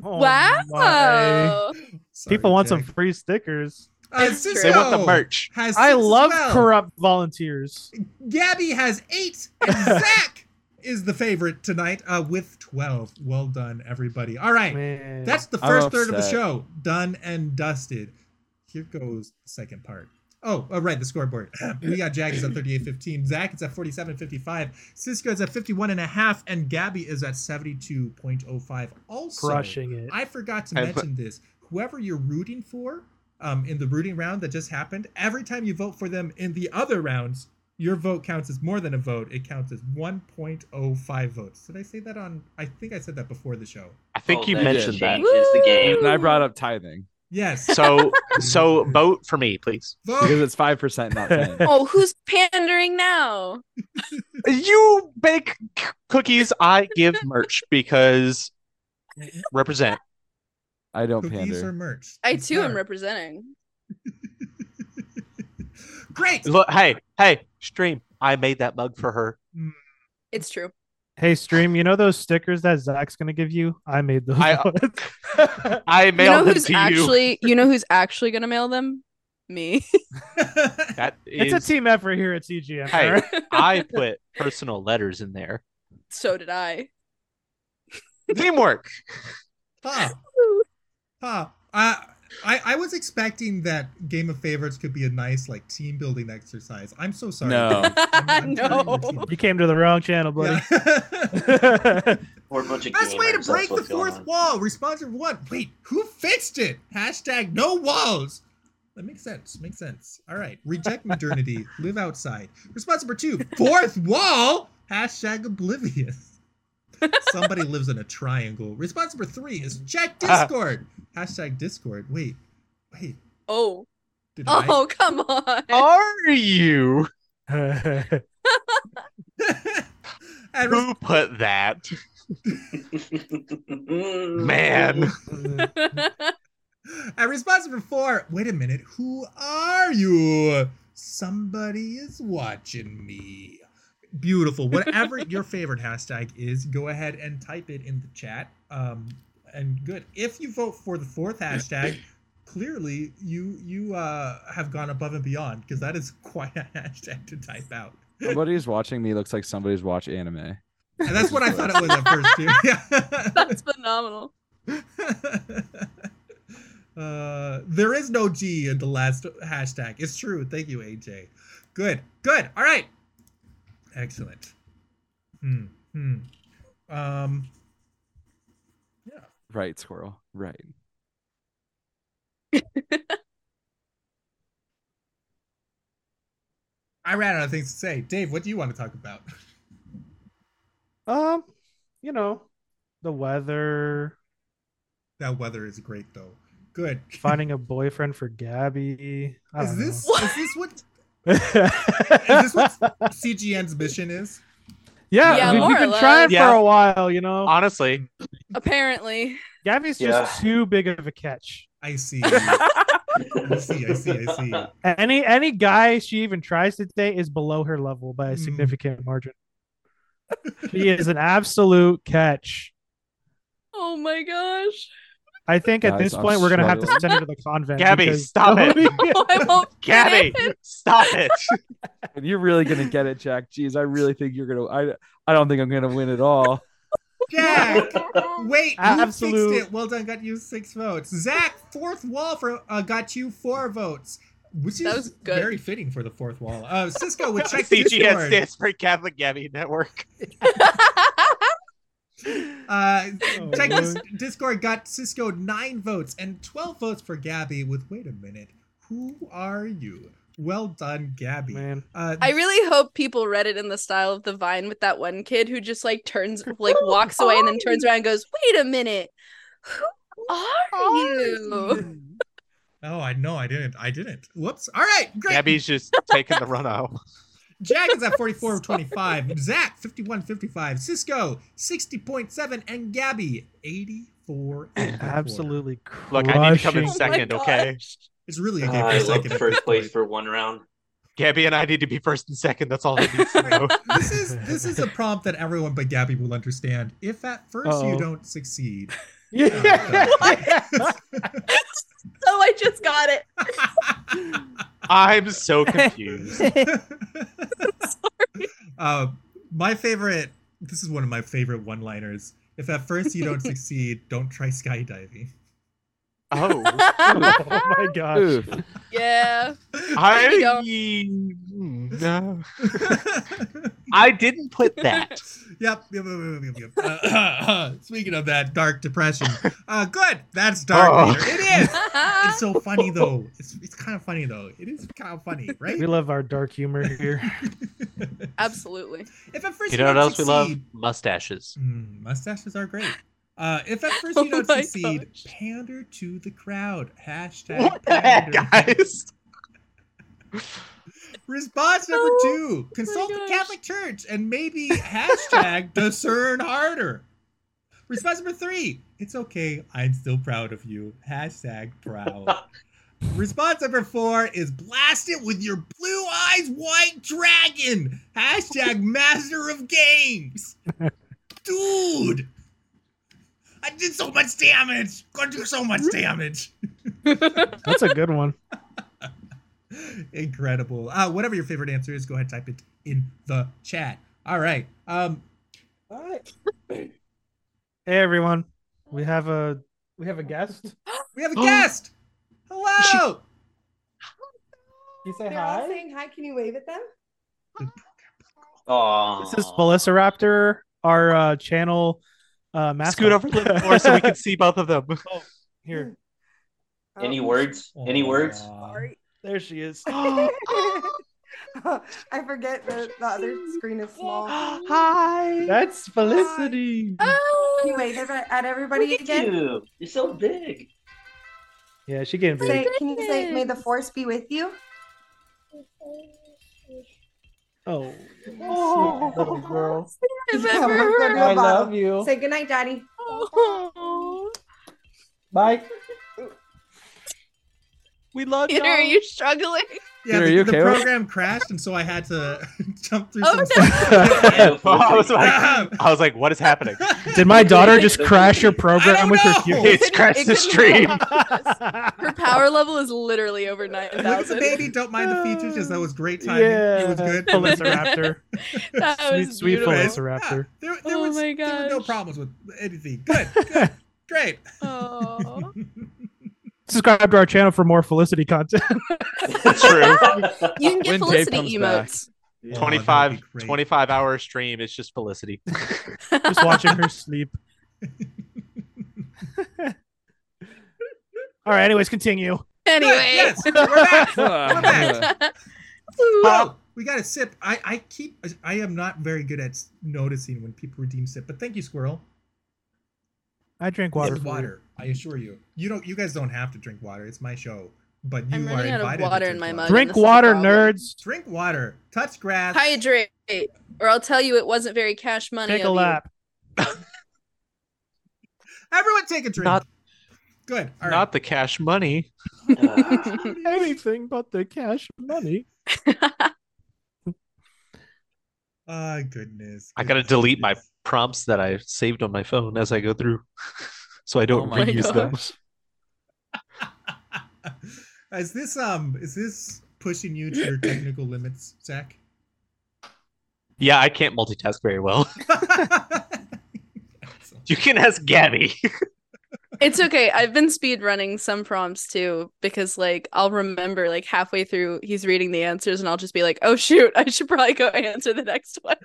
Oh,
Wow.
my.
Sorry,
People want
Jack.
some free stickers.
Uh,
It's true.
They want the
Cisco
merch.
Has
I
six as
love
well.
corrupt volunteers.
Gabby has eight, and Zach is the favorite tonight uh, with 12. Well done, everybody. All right.
Man.
That's the
I'm
first third of the
upset.
show. Done and dusted. Here goes the second part. Oh, oh right, the scoreboard. we got Jack is at 38.15. Zach is at 47.55. Cisco is at 51.5. And, Gabby is at 72.05. Also,
crushing it.
I forgot to
I put-
mention this. Whoever you're rooting for um, in the rooting round that just happened, every time you vote for them in the other rounds, your vote counts as more than a vote. It counts as 1.05 votes. Did I say that on? I think I said that before the show.
I think
Oh,
you
that
mentioned that.
changes the game.
And I brought up tithing
Yes.
So, so vote for me, please.
because
Vote.
it's 5%, not 10.
Oh, who's pandering now?
You bake c- cookies. I give merch because represent.
I don't
Cookies or
pander.
merch.
I
It's
too am
there.
representing.
Great.
Look, hey, hey, stream. I made that mug for her.
It's true.
Hey, stream, you know those stickers that Zach's gonna give you? I made those.
I- uh,
ones.
I
You know
mailed them
who's
to you.
actually you know who's actually gonna mail them? Me.
That
it's
is,
a team effort here at CGM.
Hey.
alright?
I put personal letters in there.
so did I.
Teamwork.
Huh.
Woo.
Huh. Uh, I, I was expecting that Game of Favorites could be a nice like team building exercise. I'm so sorry.
No.
Dave. I'm- I'm
No.
turning your team.
You came to the wrong channel, buddy.
Yeah.
Or a bunch of
Best way to
gamers, that's
break the
what's going
fourth
on.
wall. Response number one. Wait, who fixed it? Hashtag no walls. That makes sense. Makes sense. All right. Reject modernity. live outside. Response number two. Fourth wall. Hashtag oblivious. Somebody lives in a triangle. Response number three is check
Ah.
Discord. Hashtag Discord. Wait, wait.
Oh.
Did
Oh, come on.
Are you?
I? and res-
Who put that? Man.
And response number four. Wait a minute. Who are you? Somebody is watching me. Beautiful. Whatever your favorite hashtag is, go ahead and type it in the chat. Um, and good. If you vote for the fourth hashtag, clearly you you uh, have gone above and beyond because that is quite a hashtag to type out.
Somebody's watching me looks like somebody's watch anime.
And that's what I thought it was at first too. Yeah.
That's phenomenal.
uh, there is no G in the last hashtag. It's true. Thank you, AJ. Good. Good. All right. Excellent. Hmm. Hmm. Um.
Right, squirrel. Right.
I ran out of things to say. Dave, what do you want to talk about?
um, you know, the weather,
That weather is great, though. Good.
finding a boyfriend for Gabby. I
Is
don't
this
know.
is this what
yeah,
is this what CGN's mission is?
Yeah,
we,
more or
we've been trying
less.
for a while, you know.
Honestly,
Apparently.
Gabby's just too big of a catch.
I see. I
Oh
see. I see. I see.
Any any guy she even tries to date is below her level by a
Hmm.
Mm.
significant margin. she is an absolute catch.
Oh my gosh.
I think at
Guys,
this
I'm
point we're gonna have to
struggling.
send her to the convent.
Gabby,
because
stop it.
nobody-
Oh, I won't get
Gabby,
it.
stop it.
And you're really gonna get it, Jack. Jeez, I really think you're gonna. I I don't think I'm gonna win at all.
Jack, wait, who
Absolute.
fixed it? Well done, got you six votes. Zach, fourth wall for uh, got you four votes, which is
That was good.
very fitting for the fourth wall. Uh, Cisco would check
CGN
Discord.
stands for Catholic Gabby Network.
Uh,
Oh,
check dis-
Lord.
Discord got Cisco nine votes and twelve votes for Gabby. With wait a minute, who are you? Well done, Gabby.
Man.
Uh,
I really hope people read it in the style of the Vine with that one kid who just like turns, like walks away and then turns around and goes, "Wait a minute, who are you?"
oh, I know, I didn't, I didn't. Whoops. All right, great.
Gabby's just taking the run out.
Jack is at 44 of 25. Zach, 51 55. Cisco, 60.7. And Gabby, 84. and a quarter.
Absolutely crushing.
Look, I need to come in
Crushing.
second,
Oh my
okay?
It's really a
Uh,
game for
I love
second. at
first
this
place
point.
for one round.
Gabby and I need to be first and second. That's all I need to know.
This is this is a prompt that everyone but Gabby will understand. If at 1st you
Uh-oh.
don't succeed,
Yeah.
Oh, I just got it.
I'm so confused.
uh, my favorite. This is one of my favorite one-liners. If at first you don't succeed, don't try skydiving.
Oh,
oh my gosh.
Oof.
yeah.
I
You don't-
Mm, no.
yep.
I didn't put that.
yep, yep, yep, yep, yep. Uh, speaking of that dark depression, uh, good. That's dark.
Oh.
Peter. It is. It's so funny though. It's it's kind of funny though. It is kind of funny, right?
We love our dark humor here.
Absolutely.
If at first
You know what
don't
else we love?
succeed-
Mustaches.
Mm, mustaches are great. Uh, if at first
Oh
you don't
my
succeed, pander to the crowd. Hashtag
What the heck,
pander.
guys?
Response number
Oh
two: consult the
gosh.
Catholic Church and maybe hashtag discern harder. Response number three: it's okay, I'm still proud of you. Hashtag proud. Response number four is blast it with your blue eyes white dragon. Hashtag master of games. Dude, I did so much damage. Gonna do so much damage.
That's a good one.
Incredible. Uh, whatever your favorite answer is, go ahead type it in the chat. All right. Um,
Hey everyone. We have a we have a guest.
we have a guest. Hello.
You say
They're all saying hi. Can you wave at them?
Oh,
This is Velociraptor, our uh, channel uh, mascot.
Scoot over a little bit more so we can see both of them.
Here,
Any
Oh,
words? Any words?
Sorry.
there she is.
Oh I forget the, the other screen is small. Can
Hi.
That's Felicity.
you
Oh,
wave at, at everybody
Look at
again?
you. You're so big.
Yeah, she getting
Say,
big.
can you say, may the force be with you?
Oh,
Oh.
sweet little girl.
I've
Yeah,
ever
we're
heard.
gonna- I love
you.
Say goodnight, daddy.
Oh.
Bye.
We love
Peter, are you struggling?
Yeah,
Peter,
the,
are you
the
okay with-
program crashed, and so I had to jump through
Oh,
some Um,
no.
Yeah,
Oh, I was
force
like-
stuff.
I was like, what is happening?
Did my daughter just crash your
I don't
program with her
know.
cute?
It's crashed
It
the
couldn't
stream.
Her power level is literally over nine
Look at the
thousand.
baby. Don't mind the features. That was great timing.
Yeah,
It was good.
Velociraptor.
That
Sweet,
was
sweet
beautiful.
Anyways,
Velociraptor.
yeah, there, there
Oh
was,
my
There were no
gosh.
problems with anything. Good. good great.
Oh.
Subscribe to our channel for more Felicity content.
True.
You can get
When Dave
Felicity
comes back.
emotes.
Oh, that would Oh, be
25,
great.
25 hour stream. It's just Felicity.
Just watching her sleep. All right. Anyways, continue.
Good,
anyway.
Yes, we're back. We're back.
Ooh.
Whoa, Um, we got a sip. I, I keep. I am not very good at noticing when people redeem sip, but thank you, Squirrel.
I drink
Water,
water. for you.
water. I assure you. You don't. You guys don't have to drink water. It's my show. But you
I'm
are
running out of
invited
water
to drink
in my
water.
mug.
Drink
This is a
water,
problem.
nerds.
Drink water. Touch grass.
Hydrate, or I'll tell you it wasn't very cash money.
Take
of
a
you.
lap.
Everyone, take a drink.
Not-
good. All right.
Not the cash money.
Anything but the cash money.
Ah, goodness.
I gotta
goodness,
delete my
goodness.
prompts that I saved on my phone as I go through. So I
Oh
don't
my
reuse them.
is this um? Is this pushing you to your technical limits, Zach?
Yeah, I can't multitask very well.
Excellent.
You can ask Gabby.
It's okay. I've been speed running some prompts too because like I'll remember like halfway through he's reading the answers and I'll just be like, "Oh shoot, I should probably go answer the next one."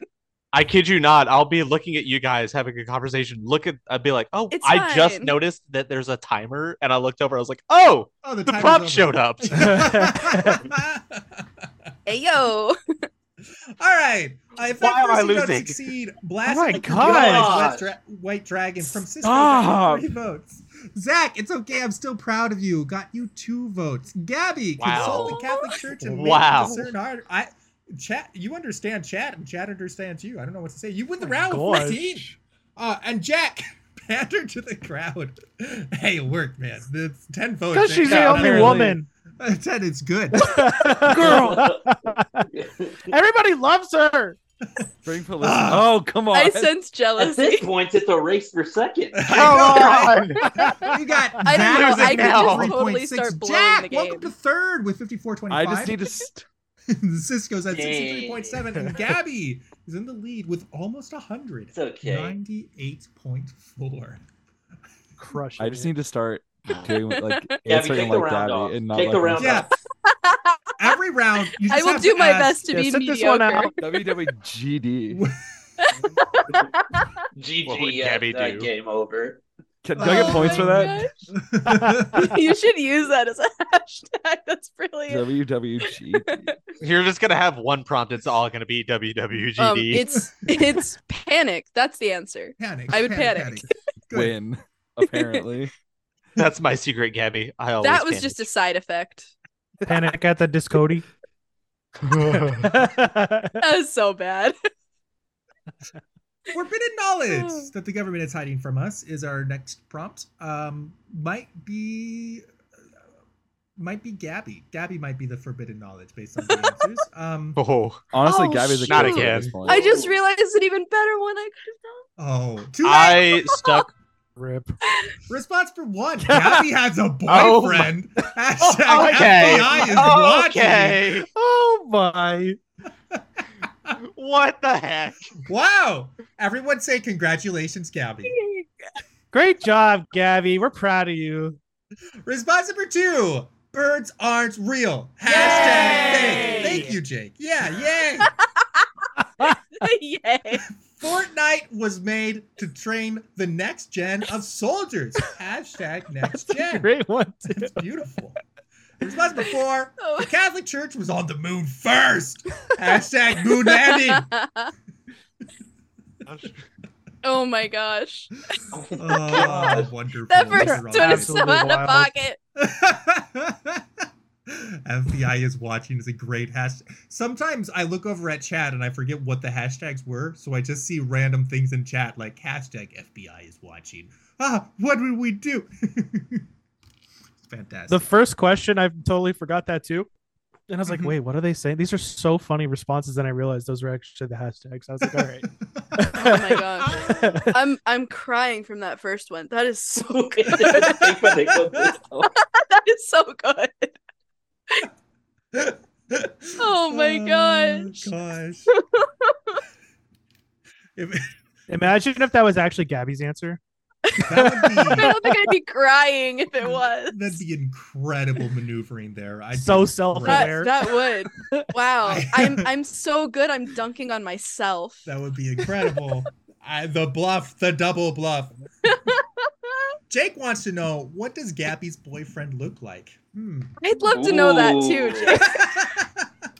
I kid you not. I'll be looking at you guys having a conversation. Look at, I'd be like, oh,
It's
I just
fine.
noticed that there's a timer. And I looked over. I was like, oh,
Oh,
the
timer's
prompt
over.
showed up.
All
Hey yo.
right. Uh, if
Why am I
I don't
losing?
succeed, blast
Oh my
the
God.
White, dra- white dragon from Cisco got
Stop.
three votes. Zach, it's okay. I'm still proud of you. Got you two votes. Gabby, consult the
Wow.
Catholic Church and
Wow.
make it discern hard. I chat you understand chat and chat understands you i don't know what to say you win the round with 14
Oh Gosh.
uh and jack pander to the crowd hey it worked man it's 10 votes
Because she's the
Yeah,
only
apparently.
woman.
I said it's good
Uh,
Girl, everybody loves her.
Bring Felicity.
Ah.
oh, come on.
I sense
At this
jealousy.
point, it's a race for second.
Oh,
Oh,
I know, right? you got
I don't
Zander
know,
with
I could
now.
just totally
3.6.
start blowing
jack
the
welcome
game.
to third with 54.25
I just need to. St-
Cisco's at
Dang.
63.7, and Gabby is in the lead with almost 100.
It's okay.
98.4.
Crush.
I just need to start doing like
Yeah,
answering
take the
like
round
Gabby
off.
and not
Take
like
the round
Yeah, every round. You
I
just
will
have
do
to
my
ask-
best to
Yeah,
be
sit this one
mediocre.
WWGD.
GG.
What would
yeah,
Gabby
that
do?
game over.
Can, do I get
Oh
points
my
for that?
Oh you should use that as a hashtag. That's brilliant.
WWGD.
You're just gonna have one prompt. It's all gonna be WWGD.
Um, it's it's panic. That's the answer.
panic.
I would panic.
Good.
Win, apparently.
That's my secret, Gabby. I always
that was
can.
just a side effect.
panic at the Discody.
That was so bad.
Forbidden knowledge that the government is hiding from us is our next prompt. Um, might be, might be Gabby. Gabby might be the forbidden knowledge based on the answers. Um,
Oh,
Honestly,
Oh,
Gabby's a
shoot. Not
good player at
again.
this point.
I just realized an even better one I could have done.
oh, too late.
I stuck.
Rip.
Response for one. Gabby has a
Oh
boyfriend. Hashtag
Okay. Oh,
FBI is
okay.
Oh my.
What the heck?
watching. Wow. Everyone say congratulations, Gabby.
Great job, Gabby. We're proud of you.
Response number two. Birds aren't real. Hashtag
Yay!
fake. Thank you, Jake. Yeah, yay.
Yay.
Fortnite was made to train the next gen of soldiers. Hashtag next gen.
Great one.
It's beautiful. Response number four. The
Oh.
Catholic Church was on the moon first. Hashtag moon landing.
oh my gosh.
Oh
Oh,
my God.
wonderful.
That first
Wonderful.
one is so
Absolutely
out of
wild.
pocket.
FBI is watching is a great hashtag. Sometimes I look over at chat and I forget what the hashtags were, so I just see random things in chat like hashtag FBI is watching. Ah, what would we do? it's fantastic.
The first question, I totally forgot that too. And I was like,
Mm-hmm.
wait, what are they saying? These are so funny responses. And I realized those were actually the hashtags. I was like, all right.
Oh my gosh. I'm I'm crying from that first one. That is so good.
Think when they go this low.
that is so good. Oh my
Uh,
gosh.
gosh. If-
Imagine if that was actually Gabby's answer.
that
I
would be
don't think I'd be crying if it was.
That'd be incredible maneuvering there. I'd
So
be
self-aware.
impressed.
that, that would. Wow.
I-
I'm I'm so good. I'm dunking on myself.
That would be incredible. I, the bluff, the double bluff. Jake wants to know what does Gabby's boyfriend look like? Hmm.
I'd love to know that too.
Ooh.
Jake.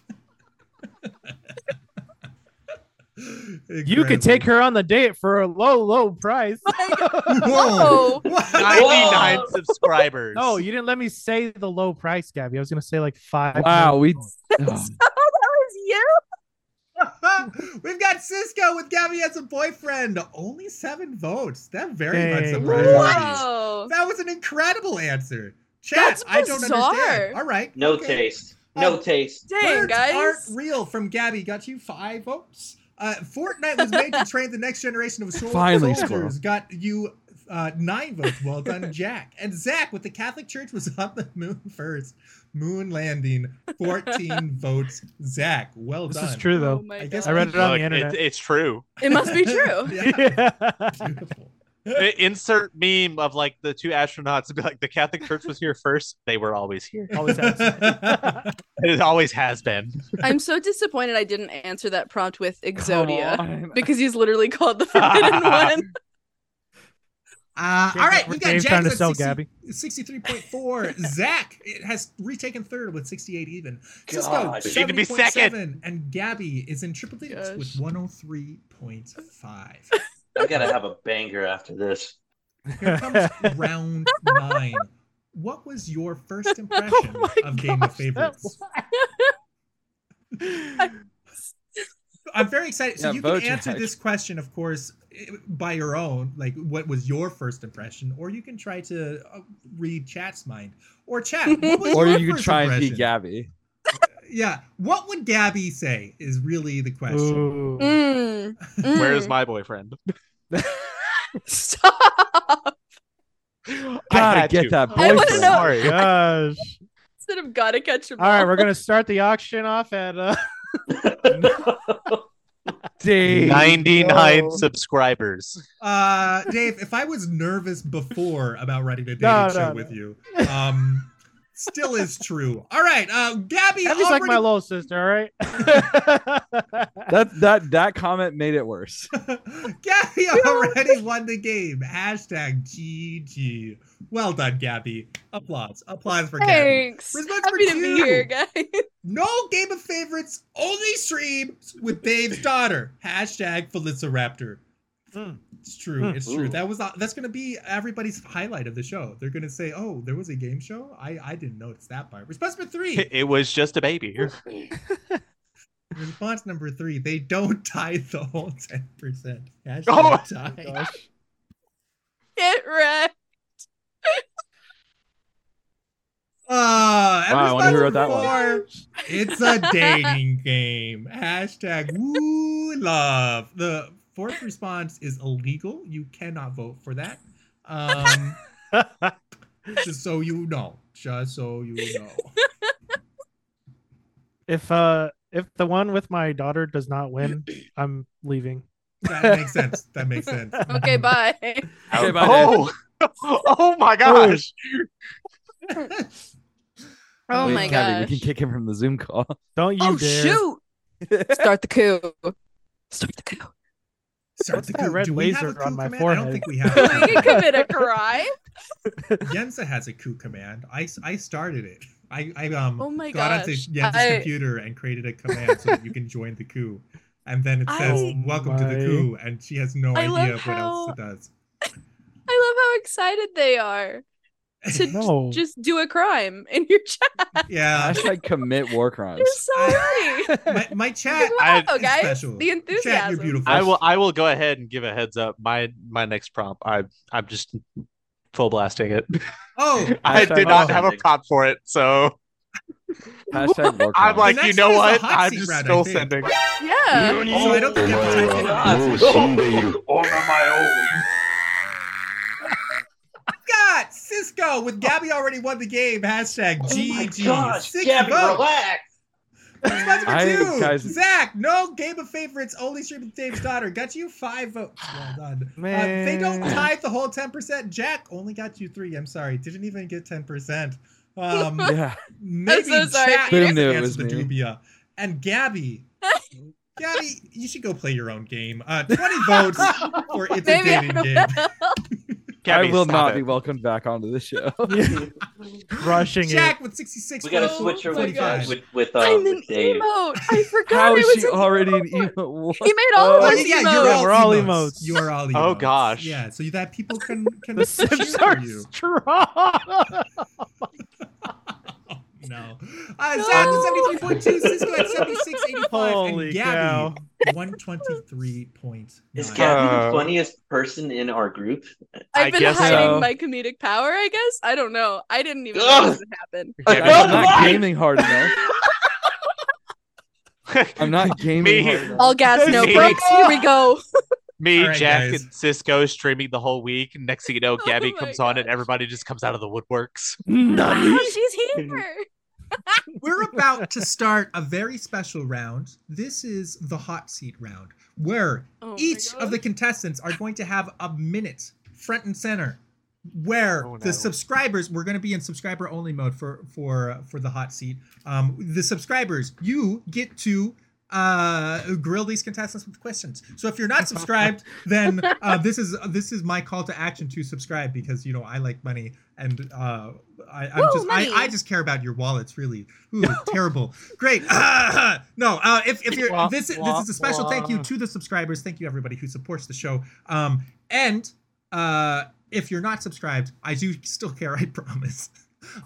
You could take her on the date for a low, low price.
Whoa.
Whoa.
What?
99 subscribers.
No, you didn't let me say the low price, Gabby. I was gonna say like five.
Wow, we.
so
oh.
that was you.
We've got Cisco with Gabby as a boyfriend. Only seven votes. That very much
Dang.
surprised me.
Wow.
That was an incredible answer. Chat,
That's
I don't understand.
bizarre.
All right.
No
okay.
taste. No
Um,
taste.
Dang,
Birds
guys.
aren't real from Gabby. Got you five votes. Uh, Fortnite was made to train the next generation of sol-
Finally,
soldiers.
Squirrel.
Got you uh, nine votes. Well done, Jack. And Zach with the Catholic Church was on the moon first. Moon landing, 14 votes. Zach, well
This
done.
is true
Oh
though.
my
I guess
God.
I read it on
Look,
the
it-
internet.
it's true.
It must be true.
Yeah,
Yeah.
beautiful.
I- Insert meme of like the two astronauts and be like, the Catholic Church was here first. They were always here.
Always has.
It always has been.
I'm so disappointed I didn't answer that prompt with Exodia
Come on.
because he's literally called the Forbidden One.
Uh, all right, we got
Dave's
Jack's
trying to
at
sell
60
Gabby.
63.4. Zach it has retaken third with 68 even. Cisco,
God.
You need to be
70.7,
second.
And Gabby is in triple digits
Gosh.
with 103.5.
I gotta have a banger after this.
Here comes round nine. What was your first impression
my
of Game of
gosh, that
Favorites? I'm very excited. So
Yeah,
you can
Bojack.
answer this question, of course, i- by your own. Like, what was your first impression? Or you can try to uh, read Chat's mind. Or Chat, what was
or
your
you can
first
try and be
impression?
Gabby.
Yeah. What would Gabby say is really the question.
Ooh.
Mm,
Where is
mm.
my boyfriend?
Stop.
Gotta get that
I wanna
boyfriend.
know-
Sorry.
Gosh.
Instead of gotta catch him.
All right, we're gonna start the auction off at uh,
Dang.
99
No.
subscribers.
Uh, Dave, if I was nervous before about writing a dating
No,
show
no,
with you, um, still is true. All right. Uh, Gabby
Abby's like
already
my little sister. All right.
That that that comment made it worse.
Gabby already won the game. Hashtag GG. Well done, Gabby. Applause. Applause for Gabby.
Thanks.
Where's my
Happy to be
Purdue?
here, guys.
No game of favorites, only stream with Dave's daughter. Hashtag Feliciraptor.
Mm.
It's true.
Mm.
It's true.
Ooh.
That was uh, that's gonna be everybody's highlight of the show. They're gonna say, "Oh, there was a game show. I I didn't notice that part." Response number three.
It was just a baby.
Response number three. They don't tie the whole ten percent. Hashtag
Oh
tie.
Get right.
Uh,
Wow, I wanna hear
episode
about that one.
four, It's a dating game. Hashtag woo love. The fourth response is illegal. You cannot vote for that. Um, just so you know. Just so you know.
if uh if the one with my daughter does not win, I'm leaving.
That makes sense. That makes sense.
Okay, bye.
Okay, bye,
oh, oh my gosh.
Oh
Wait,
my
Gabby,
gosh.
We can kick him from the Zoom call.
Don't you
oh
dare.
shoot. Start the coup. Start the coup.
Start
What's
the
that
coup.
red
Do we have a
laser
coup
on my
command? I don't
forehead?
think we
Do we
have.
can commit a crime?
one. Yensa has a coup command. I, I started it. I, I um
Oh my
got onto
gosh.
Yensa's
I-
computer and created a command so that you can join the coup. And then it says,
I-
"Welcome to the
My-
coup," and she has no
I
idea
love
of what else
how-
it does.
I love how excited they are to
No.
just do a crime in your chat.
Yeah,
Hashtag commit war crimes.
They're so
I-
ready.
my, my chat.
wow,
is
guys, the
special. Chat, you're
enthusiasm.
beautiful.
I will I will go ahead and give a heads up. My my next prompt. I I'm just full blasting it.
Oh,
I
Hashtag
did not have a
authentic.
prompt for it, so
Hashtag war
I'm
crimes.
like,
next
you know
one is
what?
a hot
I'm
seat
just
round, I
still
think.
sending.
Yeah.
oh, I don't think you have to type in.
Oh,
God, Cisco with Gabby already won the game. Hashtag
Oh my
GG.
gosh,
Six
Gabby,
votes.
relax.
Response number
I-
two,
guys-
Zach, no game of favorites, only stream with Dave's daughter. Got you five votes. Well done. Uh, they don't
Man.
Eh.
tie the whole 10%. Jack only got you three. I'm sorry. Didn't even get 10%. Um,
yeah.
maybe
so sorry,
Jack
Peter.
has to
Knew it
answer
was
the
me.
dubia. And Gabby. Gabby, you should go play your own game. Uh, 20 votes for It's
Maybe
a
I
Dating
will.
Game.
I
Gabby,
will
stop
not
it.
be welcomed back onto the show.
Rushing
Jack with 66
We gotta
votes.
switch her
Oh my
with,
gosh.
with with uh,
I'm an
with Dave.
emote. I forgot
How
I
is
was
she
an
already an
emote.
emo?
He made all
Oh,
of
Oh,
us
yeah,
emote.
you're all
We're all emotes.
You are all emotes.
Oh, gosh.
Yeah, so that people can can
The
cheer
Sims
for
are
you.
strong.
Oh, no. Uh, Zach at 73.2, Cisco at 76.85,
Holy
and Gabby
cow.
123.9.
Is Gabby
Uh,
the funniest person in our group?
I
I've been
guess
hiding
so.
my comedic power, I guess. I don't know. I didn't even
Ugh.
know this would happen.
I'm not gaming hard enough. I'm not
Me.
gaming hard enough.
All gas, no
Me.
brakes. Here we go.
Me,
All right,
Jack,
guys. Oh
and Cisco streaming the whole week. Next thing you know, Gabby
my
comes on and
gosh.
everybody just comes out of the woodworks.
Wow, she's here.
We're about to start a very special round. This is the hot seat round, where
Oh my
each of the
gosh.
contestants are going to have a minute front and center where
Oh,
the
no.
subscribers we're going to be in subscriber only mode for for for the hot seat um the subscribers you get to uh grill these contestants with questions so if you're not subscribed then uh, this is this is my call to action to subscribe because you know i like money and uh I, i'm
Woo,
just I,
money.
I just care about your wallets really Ooh, terrible great no uh if, if you're
Wah,
this this
wah,
is a special thank you
wah.
to the subscribers thank you everybody who supports the show um and uh if you're not subscribed i do still care i promise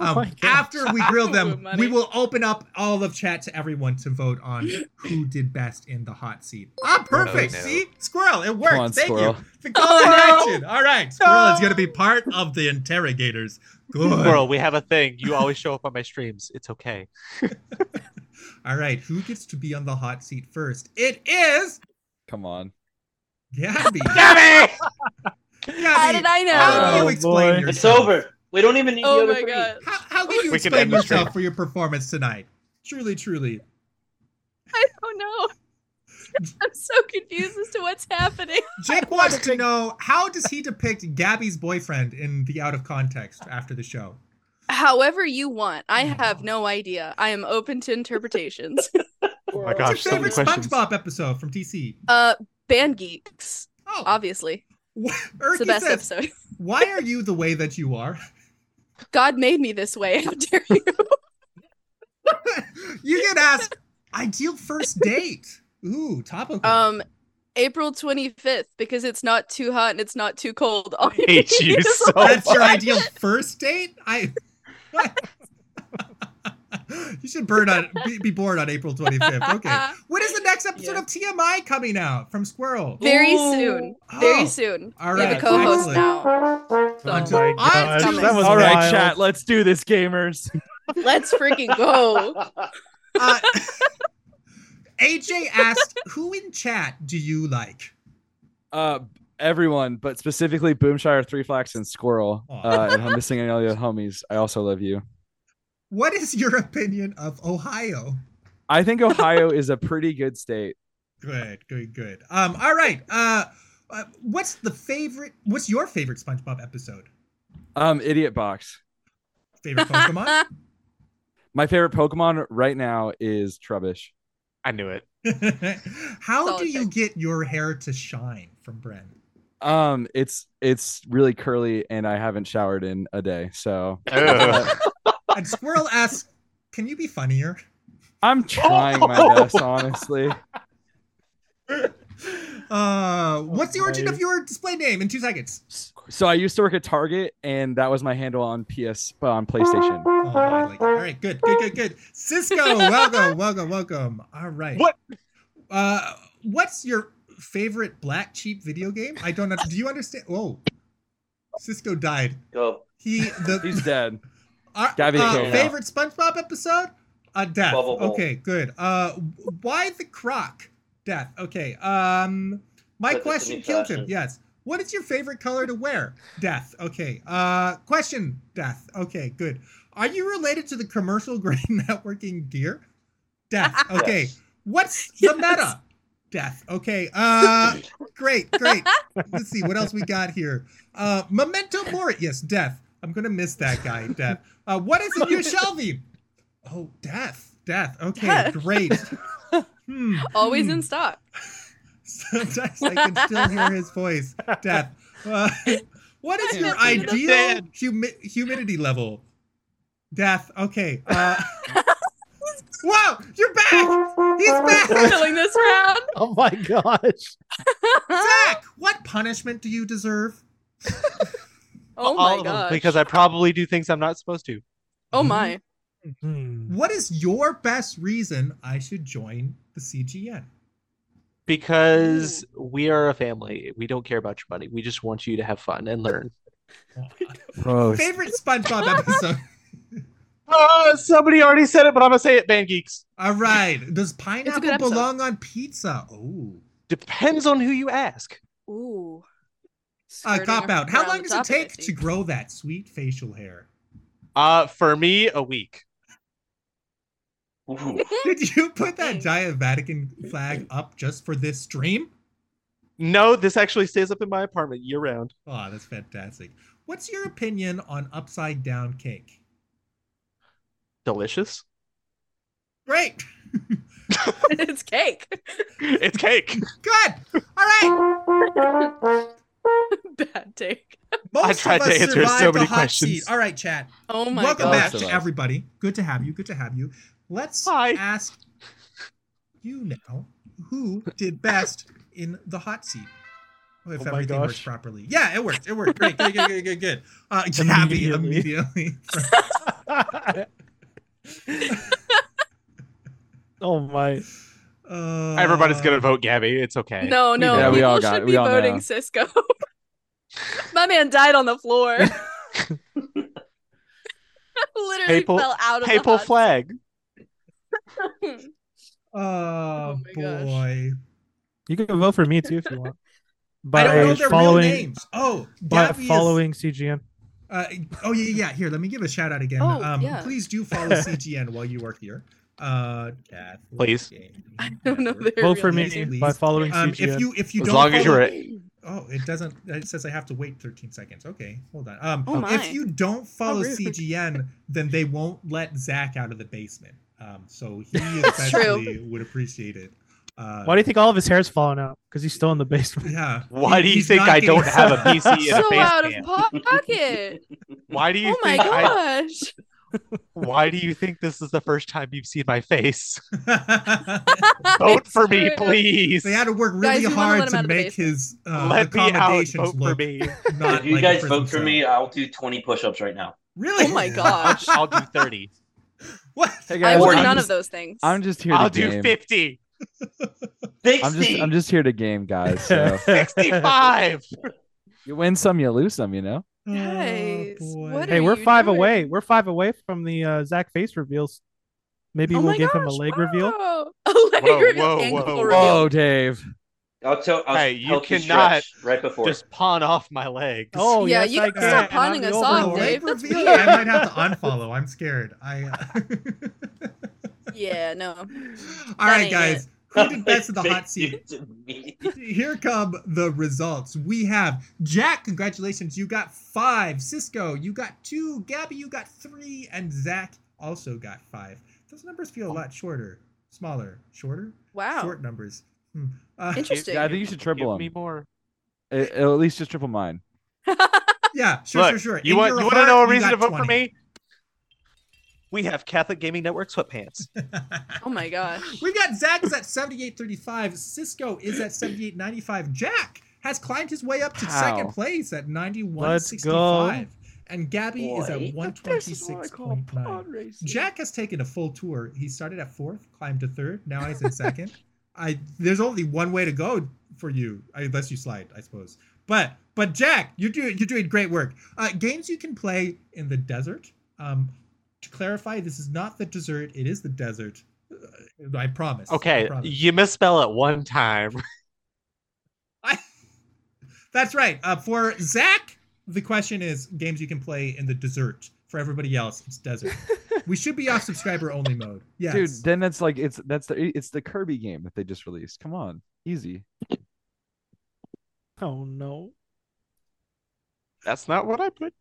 Um,
my gosh.
after we grill them,
Money.
we will open up all of chat to everyone to vote on who did best in the hot seat. Ah, perfect.
no.
See, squirrel, it worked.
Come on,
Thank
squirrel.
you. The call to action. All right, squirrel is going to be part of the interrogators. Good.
Squirrel, we have a thing. You always show up on my streams. It's okay.
All right, who gets to be on the hot seat first? It is
Come on.
Gabby.
Damn it!
Gabby,
How did I
how do
know?
you
Oh,
explain
boy.
yourself?
It's over. We don't even need
Oh
the
my
other three.
god.
How, how can you
We can
explain
end the stream.
yourself for your performance tonight? Truly, truly.
I don't know. Oh, I'm so confused as to what's happening.
Jake wants to know how does he depict Gabby's boyfriend in the out of context after the show?
However you want. I have no idea. I am open to interpretations.
Oh my gosh,
What's your
so many
favorite
questions.
SpongeBob episode from DC?
Uh band geeks,
Oh,
obviously. It's the
Erky
best
says,
episode.
why are you the way that you are?
God made me this way. How dare you?
you get asked, ideal first date. Ooh, topical.
Um April 25th because it's not too hot and it's not too cold. All you
hate
need
you
is
so
like-
That's your ideal first date? I. you should burn on be, be born on April 25th. Okay. When is the next episode
Yeah.
of TMI coming out from Squirrel?
Very soon. Very
Oh,
soon.
All
You're
right,
the co-host
excellent.
now.
Oh
So,
my
I'm
gosh,
coming.
that was
All right,
wild.
chat. Let's do this, gamers.
Let's freaking go.
Uh, AJ asked, "Who in chat do you like?"
Uh, everyone, but specifically Boomshire, Three Flax, and Squirrel.
Aw.
Uh, and I'm missing any other homies. I also love you.
What is your opinion of Ohio?
I think Ohio is a pretty good state.
Good, good, good. Um, all right. Uh, uh, what's the favorite? What's your favorite SpongeBob episode?
Um, Idiot Box.
Favorite Pokemon?
My favorite Pokemon right now is Trubbish.
I knew it.
How
Solid
do you
pick.
get your hair to shine from Bren?
Um, it's it's really curly, and I haven't showered in a day, so
Ugh.
And Squirrel asks, "Can you be funnier?"
I'm trying my best, honestly.
Uh, what's the origin
boy.
of your display name? In two seconds.
So I used to work at Target, and that was my handle on PS uh, on PlayStation.
Oh, I like it. All right, good, good, good, good. Cisco, welcome, welcome, welcome. All right.
What?
Uh, what's your favorite black cheap video game? I don't know. Do you understand? Whoa, Cisco died.
Go.
He the
He's dead.
our,
Gabby
uh,
killed him.
favorite SpongeBob episode? Uh, death.
Bubble Bowl.
Okay, good. Uh, why the croc? Death. Okay. Um, my
That's a
question
new
killed him.
fashion.
Yes. What is your favorite color to wear? Death. Okay. Uh, question. Death. Okay, good. Are you related to the commercial grade networking gear? Death. Okay.
Yes.
What's the
Yes.
meta? Death. Okay. Uh, great, great. Let's see what else we got here. Uh, Memento Mori. Yes, death. I'm gonna miss that guy. Death. Uh, what is in your shelving? Oh, death. Death. Okay,
Death.
great. Hmm.
Always
hmm.
in stock.
Sometimes I can still hear his voice. Death. Uh, what is your
Death.
ideal humi- humidity level? Death. Okay. Uh, whoa! You're back. He's back.
Killing this round.
Oh my gosh.
Zach, what punishment do you deserve?
Oh
All
my
of them,
gosh.
Because I probably do things I'm not supposed to.
Oh
Mhm.
my.
Hmm.
What is your best reason I should join the CGN?
Because
Mm.
we are a family. We don't care about your money. We just want you to have fun and learn.
Gross.
Favorite SpongeBob episode?
Uh, somebody already said it, but I'm gonna say it, Band Geeks.
All right. Does pineapple
episode.
belong on pizza? Oh.
Depends on who you ask.
Ooh.
Uh,
Skirting
cop out. How
around
long
the
does it
topic, I
take to
see.
grow that sweet facial hair?
Uh, for me, a week.
Ooh.
Did you put that
Thanks.
giant Vatican flag up just for this stream?
No, this actually stays up in my apartment year round.
Oh, that's fantastic. What's your opinion on upside down cake?
Delicious.
Great.
it's cake.
It's cake.
Good. All right.
Bad take.
Most
tried
of us
to answer so
survived the
many
hot
questions.
seat. All right, Chad.
Oh my
Welcome
gosh.
back
Most
to
of us.
everybody. Good to have you. Good to have you. Let's
Hi.
ask you now who did best in the hot seat. Oh, If
Oh my
everything works
gosh.
properly. Yeah, it worked. It worked. Great. Good, good, good, good, good. Uh, Gabby
Immediately.
immediately.
Oh my.
Uh,
Everybody's gonna vote Gabby. It's okay.
No, no,
Yeah,
people
we all got
should
it.
be
We all know.
voting Cisco. My man died on the floor. Literally
Papal-
fell out of
Papal
the hot
flag.
tub.
Oh,
Oh my gosh.
boy.
You can vote for me too if you want.
I don't
By
know their real
following
names. Oh,
by
Gabby is-
following CGM.
Uh, oh yeah, yeah. Here, let me give a shout out again.
Oh,
um,
yeah.
Please do follow CGN while you are here. Uh, Catholic
Please.
Gaming
I don't know
Network.
their
Vote for
real
me
names.
by following
Um,
CGM.
if you if you
As
don't
long as
follow-
you're
name.
oh it doesn't it says I have to wait 13 seconds. Okay, hold on. Um,
Oh, my.
if you don't follow
rude.
CGN, then they won't let Zach out of the basement. Um, so he
true.
especially would appreciate it. Uh,
Why do you think all of his hair's falling out? Because he's still in the basement.
yeah.
Why
He-
do you
he's
think
not
I don't
getting-
have a PC and a
So
face
out of
cam?
po- pocket.
Why do you
oh my
think I,
gosh.
Why do you think this is the first time you've seen my face? Vote
It's
for me,
true.
please.
they had to work
Guys,
really
we wanna let
hard
him
to
out of the
make
basement.
his uh,
Let me out.
accommodations
Vote for
look
me.
not
If you
like a
guys
prison
vote for
cell.
me, I'll do 20 push-ups right now.
Really?
Oh my gosh.
I'll do thirty.
What?
Hey,
I
guys,
want
I'm
none
just-
of those things.
I'm just here
I'll
to game.
do fifty.
60.
I'm just I'm just here to game, guys. So
Sixty-five.
you win some, you lose some. You know.
Oh,
Guys,
boy.
what
hey,
are
we're
you
five
doing?
away. We're five away from the uh, Zach face reveals. Maybe
oh
we'll
my
give
gosh,
him a leg
wow.
reveal.
A leg
Whoa,
reveal
whoa,
and
whoa,
full
whoa.
reveal.
Whoa, Dave.
I'll tell. I'll
Hey, you
help you
cannot
stretch right before.
Just pawn off my legs.
Oh,
Yeah,
yes,
you
I
can stop
and I'm
pawning
the
us
For a
off, Oh,
overlord.
Dave.
leg
that's
reveal,
weird.
I might have to unfollow. I'm scared. I. Uh...
Yeah, no.
All
That
right,
ain't
guys. Who did best in the hot seat?
seat?
Here come the results. We have Jack. Congratulations, you got five. Cisco, you got two. Gabby, you got three, and Zach also got five. Those numbers
Oh.
feel a lot shorter, smaller, shorter,
Wow.
short numbers. Hmm. Uh,
Oh. Interesting.
Yeah, I think you should
Give
triple
me
him.
more.
It, will at least just triple mine.
yeah, sure,
Look,
sure, sure.
You
In
want
your
you want to
heart,
know a
you
reason
got
to vote for
20.
me? We have Catholic Gaming Network sweatpants.
oh my gosh.
We've got Zach is at 78.35. Cisco is at 78.95. Jack has climbed his way up to
How?
second place at
Let's
91.65.
go.
And Gabby is at
Boy.
126.9. Jack has taken a full tour. He started at fourth, climbed to third. Now he's in second. I there's only one way to go for you, unless you slide, I suppose. But but Jack, you're doing you're doing great work. Uh, games you can play in the desert. Um, to clarify, this is not the dessert; it is the desert. Uh, I promise. I
Okay,
promise.
you misspell it one time.
That's right. Uh, for Zach, the question is games you can play in the desert. For everybody else, it's desert. we should be off subscriber only mode. Yes.
Dude, then that's like it's that's the it's the Kirby game that they just released. Come on, easy.
Oh no.
That's not what I put.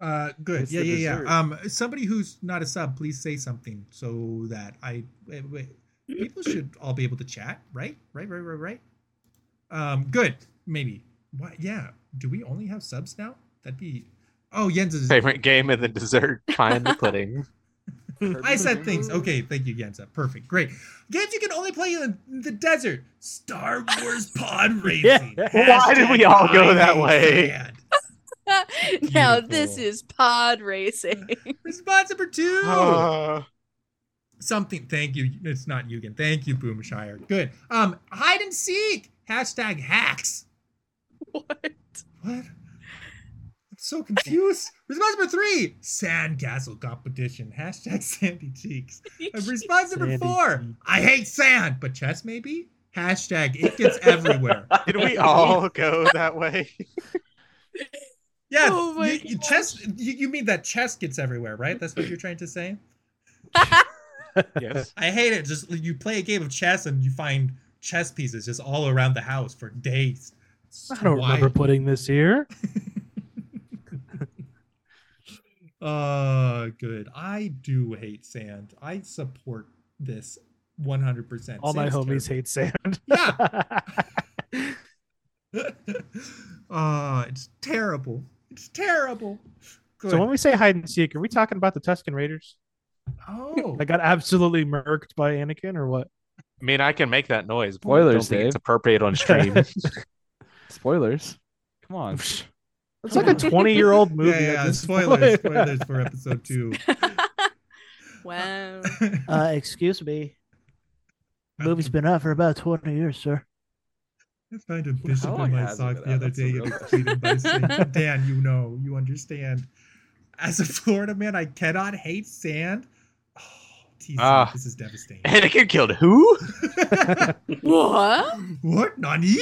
Uh, good.
It's
yeah,
the
yeah,
dessert.
yeah. Um, somebody who's not a sub, please say something so that I wait, wait. people should all be able to chat, right? Right, right, right, right. Um, good. Maybe. What? Yeah. Do we only have subs now? That'd be. Oh, Jens is.
Favorite game and the dessert. Find the pudding.
I said things. Okay, thank you, Gensa. Perfect. Great. Games you can only play in the desert. Star Wars Pod Racing.
Why did we all go that way?
Hashtag
now this
Beautiful.
is pod racing.
Response number two.
Oh.
Oh.
Uh,
Something. Thank you. It's not Eugen. Thank you, Boomshire. Good. Um, hide and seek. Hashtag hacks.
what?
What? I'm so confused. Response number three. Sandcastle competition. Hashtag sandy cheeks. And response number
Sandy
four.
cheeks.
I hate sand, but chess maybe. Hashtag it gets everywhere.
Ah, did we all go that way?
Yeah,
Oh my
you, you chess. You, you mean that chess gets everywhere, right? That's what you're trying to say.
Yes.
I hate it. Just you play a game of chess and you find chess pieces just all around the house for days. It's
I don't
wild.
remember putting this here.
Uh, good. I do hate sand. I support this 100. percent
All my homies hate sand.
Yeah. uh, it's terrible. It's terrible. Good.
so when we say hide and seek, are we talking about the Tuscan Raiders?
oh,
I got absolutely murked by Anakin or what?
I mean, I can make that noise. but I don't
Spoilers,
think
Dave.
it's appropriate on stream.
Spoilers. Come on.
It's like a 20 year old movie.
yeah,
at
yeah.
this
Spoilers,
point.
spoilers for episode two.
Wow.
Uh, excuse me. Movie's been out for about 20 years, sir.
I find a bishop
long
in my
has it
sock
been
the
out?
other
That's a
day
real
and it's
question.
tweeted by saying, Dan, you know, you understand. As a Florida man, I cannot hate sand. Oh, TC,
Ah.
this is devastating.
Anakin killed who?
what?
what? Nani?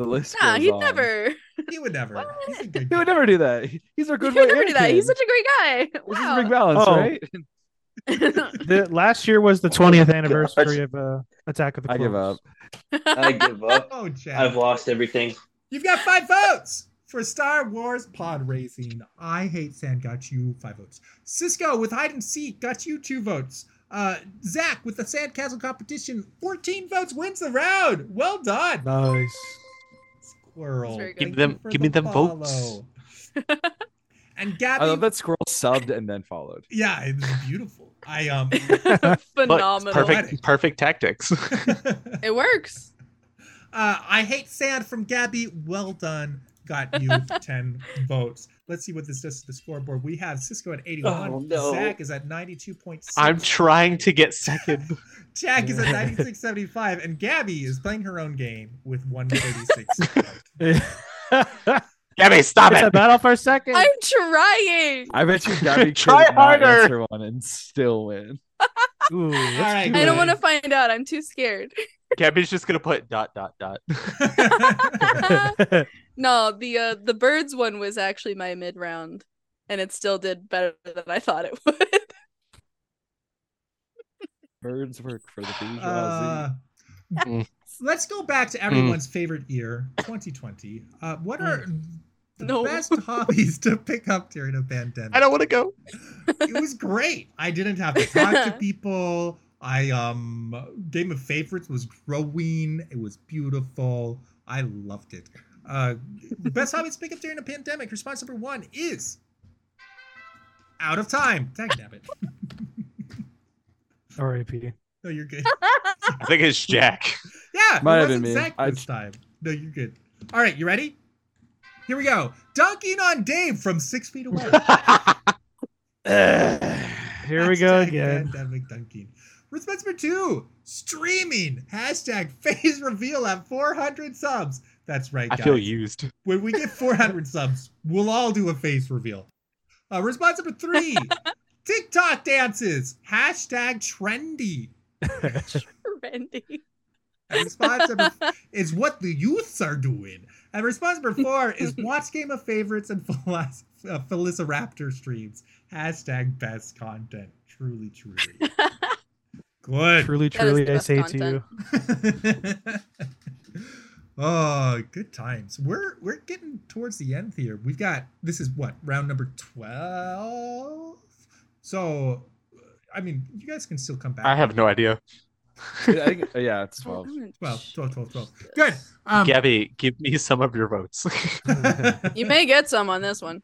The list.
Nah,
goes
he'd
on.
never.
he would never.
What?
He's a good
He would
guy.
never do that. He's our
He would
good boy.
never do that. He's
Anakin.
such a great guy.
This is Rick
Wow.
Balance,
Oh.
right?
The last year was the 20th anniversary
Gosh.
of uh, Attack of the
Oh, I
Clones.
give up.
I give up.
Oh, Chad.
I've lost everything.
You've got five votes for Star Wars pod racing. I hate sand got you five votes. Cisco with hide and seek got you two votes. Uh, Zach with the sand castle competition, 14 votes wins the round. Well done,
Nice.
Squirrel.
That's very good.
Thank
Give them-
you for
give
the
me them votes.
follow. and
I love
Gabby,
that squirrel subbed and then followed.
yeah, it was beautiful. I um,
But
Phenomenal.
perfect, perfect tactics.
uh,
It works.
I hate sand from Gabby. Well done. Got you 10 votes. Let's see what this does to the scoreboard. We have Cisco at 81.
Oh, no.
Zach is at 92.6.
I'm trying to get second.
Jack is at 96.75, and Gabby is playing her own game with 136.
Gabby, stop
It's
it.
about for a second.
I'm trying.
I bet you Gabby
Try
could not
harder.
answer one and still win.
Ooh, let's
All right,
do
I
it.
don't want to find out. I'm too scared.
Gabby's just gonna put dot dot dot.
no, the uh, the birds one was actually my mid round, and it still did better than I thought it would.
Birds work for the bourgeoisie.
Uh,
Mm.
Let's go back to everyone's favorite year, 2020. Uh, what are the
No.
best hobbies to pick up during a pandemic?
I don't want to go.
it was great. I didn't have to talk to people. I um game of favorites was growing. It was beautiful. I loved it. Uh, best hobbies to pick up during a pandemic. Response number one is out of time. Tag it.
R.I.P.
no, you're good.
I think it's Jack.
Yeah,
Might
it
have
wasn't
been me.
Zach
I-
this time. No, you're good. All right, you ready? Here we go. Dunking on Dave from six feet away.
Uh,
Here we go
Hashtag
again.
Pandemic dunking. Response number two: streaming. Hashtag phase reveal at 400 subs. That's right,
I
guys.
feel used.
When we get 400 subs, we'll all do a face reveal. Uh, response number three: TikTok dances. Hashtag trendy.
Randy.
And response number is what the youths are doing. And response number four is watch Game of Favorites and Felis- uh, Velociraptor streams. Hashtag best content. Truly, truly. Good.
Truly,
That is
truly,
the
I
best
say to
content.
you.
oh, good times. We're we're getting towards the end here. We've got this is what round number twelve. So, uh, I mean, you guys can still come back.
I have no idea.
I think, yeah, it's 12.
Well, 12, 12, 12. Good. Um,
Gabby, give me some of your votes.
You may get some on this one.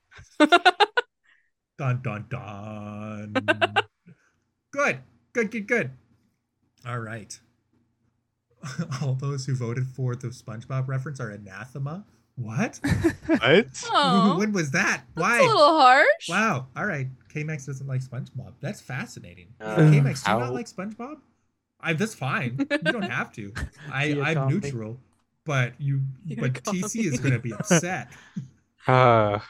Dun dun dun. good, good, good, good. All right. All those who voted for the SpongeBob reference are anathema. What?
what?
Oh,
when was that?
that's a
Why?
little harsh.
Wow. All right. K-Max doesn't like SpongeBob. That's fascinating.
Uh,
K-Max, do you not
how-
like SpongeBob? I. That's fine. You don't have to. I.
You're
I'm
calling me.
neutral. But you.
You're
But
calling
TC is
me.
going to be upset.
Uh,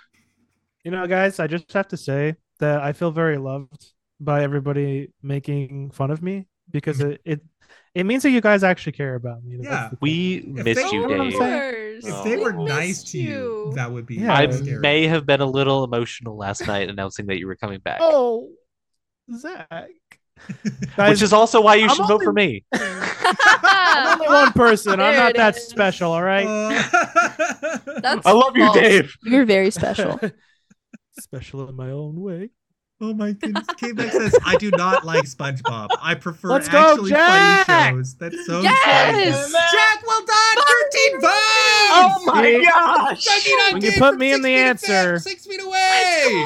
You know, guys, I just have to say that I feel very loved by everybody making fun of me because it it, it means that you guys actually care about me.
Yeah.
That's the thing.
we
If
missed
they
you,
were on
Of
Dave.
the-
course.
Oh.
If they
We
were nice
missed
to you, that would be.
Yeah.
I
scary.
may have been a little emotional last night announcing that you were coming back,
Oh, Zach.
which
Guys,
is also why you
I'm
should vote for
only-
me.
I'm only one person. I'm
There
not
it
that
is.
special. All right.
Uh,
That's
I love you,
false.
Dave.
You're very special.
special in my own way.
oh my goodness. K Max says, I do not like SpongeBob. I prefer
Let's go,
actually funny
Jack!"
shows. That's so
Yes!
exciting. Jack, well done! 13 votes! Oh
See?
gosh!
When you put me in the answer-
six feet away!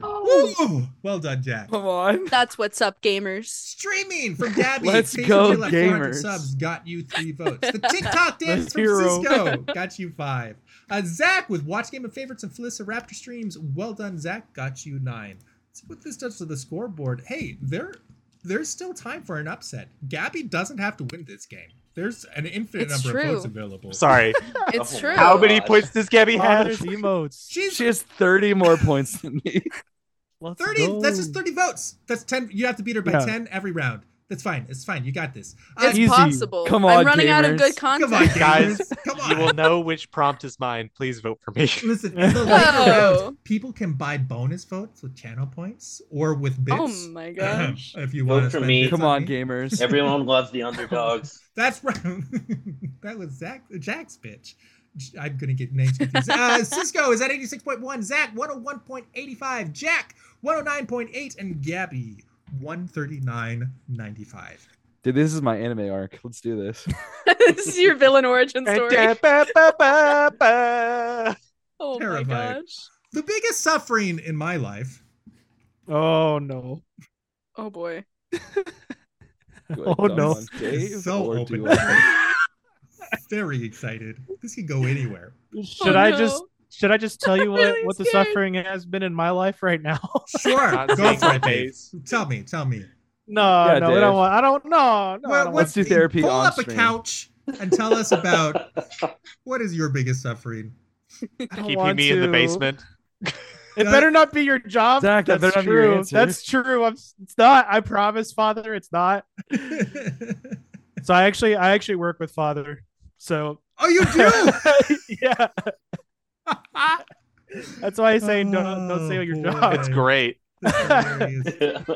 Woo! Well done,
Oh
Jack.
Come on.
That's what's up, gamers.
Streaming from Gabby.
Let's
Face
go,
reveal at 400
gamers.
Subs got you three votes. The TikTok dance
The
from
hero.
Cisco got you five. Uh, Zach with Watch Game of Favorites and Felissa Raptor Streams. Well done, Zach. Got you nine. Let's put this does to the scoreboard. Hey, there, there's still time for an upset. Gabby doesn't have to win this game. There's an infinite
It's
number of votes
true.
available.
Sorry.
It's
Oh,
true.
How many
God.
points does Gabby
Father's
have?
emotes.
She's
She has 30 more points than me.
Let's
thirty.
Go.
That's just thirty votes. That's ten. You have to beat her by
Yeah.
ten every round. That's fine. It's fine. You got this. Uh,
It's
Easy.
possible.
Come on,
I'm running out of good
gamers.
content.
come on,
Guys,
guys. Come
You
on.
will know which prompt is mine. Please vote for me.
Listen, in the later
Whoa.
rounds, people can buy bonus votes with channel points or with bits.
Oh my gosh.
if you
Vote
want
for
to
me.
Come on, gamers.
Everyone loves the underdogs.
That's right. that was Zach, Jack's bitch. J- I'm gonna get names confused. Uh, Cisco is at 86.1, Zach 101.85, Jack 109.8, and Gabby 139.95.
Dude, this is my anime arc. Let's do this.
this is your villain origin story.
That's
Oh my
Terrified.
gosh.
The biggest suffering in my life.
Oh no.
Oh boy.
Do
Oh,
I dump
no.
on Dave
So
or
open.
do I-
Very excited. This could go anywhere.
Oh,
Should I just should I just tell you what,
really
what the
scared.
suffering has been in my life right now?
Sure, go
seeing
for
my
it, Dave.
face.
Tell me, tell me.
no,
Yeah,
no, I
Dave.
don't want I don't no, no. I
Well,
don't
let's
want-
do therapy
Pull
on
up a
stream.
couch and tell us about what is your biggest suffering.
I don't
Keeping
want
me in the
to.
basement.
It better not be your job.
Zach, that
That's
better not be your
true.
answer.
That's true. I'm, it's not. I promise, Father, it's not. So I actually I actually work with Father. So
oh, you do.
yeah. That's why I say don't don't say
Oh,
what your
boy.
job.
It's
is.
great.
That's hilarious.
That's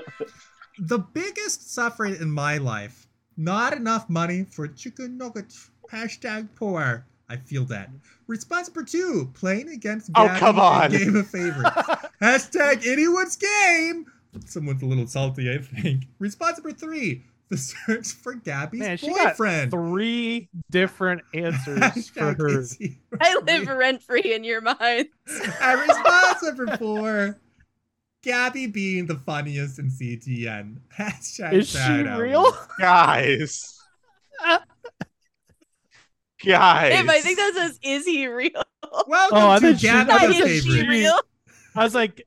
the biggest suffering in my life not enough money for chicken nuggets hashtag poor i feel that response number two playing against
Oh,
Gabby
come
in
on.
game of favorites hashtag anyone's game someone's a little salty i think response number three the search for gabby's
Man, she got
boyfriend
Three different answers for
Hashtag
her.
is he
I
right?
live rent free in your mind.
and response number four gabby being the funniest in ctn hashtag
Is she
shout out.
real?
Guys. Guys.
Babe, I think that says, is he real?
Welcome
Oh, I
to
thought she-
Gabby
I
Not
the
thought
is she
Favorite.
real?
I was like,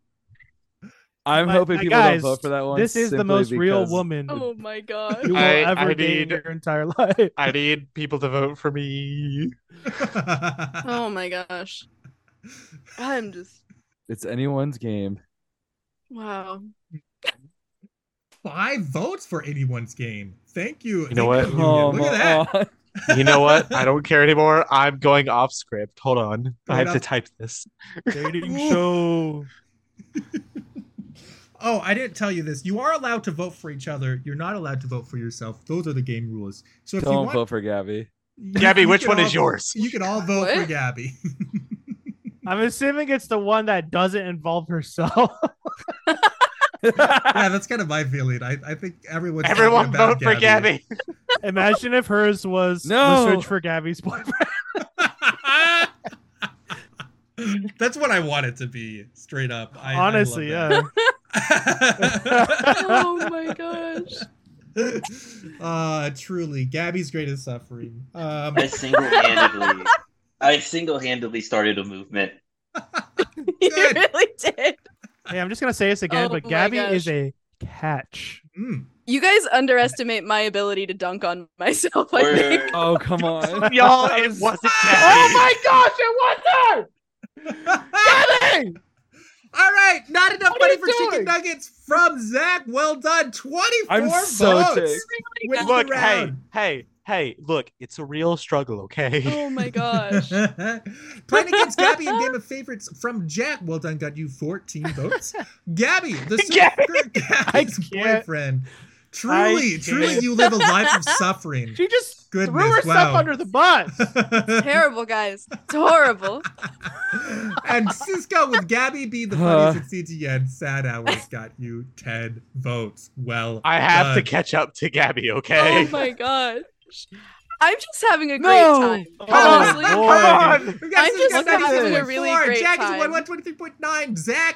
I'm
My-
hoping
my
people
guys,
don't vote for that one.
this is the
simply
most real
because-
woman
Oh my gosh.
you will
I-
ever
I
date in
need-
your entire life.
I need people to vote for me.
Oh my gosh. I'm just
It's anyone's game.
wow.
Five votes for anyone's game. Thank you.
You know
Thank
what?
you, Union. Look
my-
at that.
oh.
You know what? I don't care anymore. I'm going off script. Hold on. I
Going
have to
off-
type this.
Dating show.
Oh, I didn't tell you this. You are allowed to vote for each other. You're not allowed to vote for yourself. Those are the game rules. So if you
Don't
want,
vote for Gabby.
you-
Gabby,
you
which
can
one
all-
is yours?
You can all vote for
What?
Gabby.
I'm assuming it's the one that doesn't involve herself.
yeah, that's kind of my feeling. I, I think everyone's talking
Everyone
about
vote for Gabby.
Imagine if hers was
No.
the search for Gabby's boyfriend.
that's what I want it to be. Straight up. I,
Honestly,
I
yeah.
yeah.
Oh my gosh.
uh truly gabby's greatest suffering um
I single-handedly, I single-handedly started a movement.
You
Good.
really did.
Hey, I'm just gonna say this again,
Oh
but
my
Gabby is
gosh.
a catch.
mm.
You guys underestimate my ability to dunk on myself, I think.
Word.
Oh, come on.
Y'all, it wasn't
Oh
Gabby.
my gosh, it was her!
all right not enough
What are
money
you
for
doing?
chicken nuggets from zach well done 24
I'm so
votes
ticked.
Wins the
look, hey,
round.
hey, hey, look, it's a real struggle, okay?
Oh my gosh.
Playing against Gabby in Game of Favorites from Jack. Well done, got you 14 votes. Gabby, the
Gabby.
super Gabby's
can't.
boyfriend. Truly,
can't.
truly, you live a life of suffering.
She just
Goodness,
threw herself
wow.
under the bus.
Terrible guys. It's horrible.
and Cisco with Gabby being the funniest at CTN, Sad Hours got you 10 votes. Well,
I have to
done.
catch up to Gabby,
Oh
okay?
my gosh. I'm just having a great
No.
time.
Oh,
Honestly,
boy.
on.
We've got
I'm just
Cisco
having a
96.4,
really great
Jack
time.
is at 123.9, Zach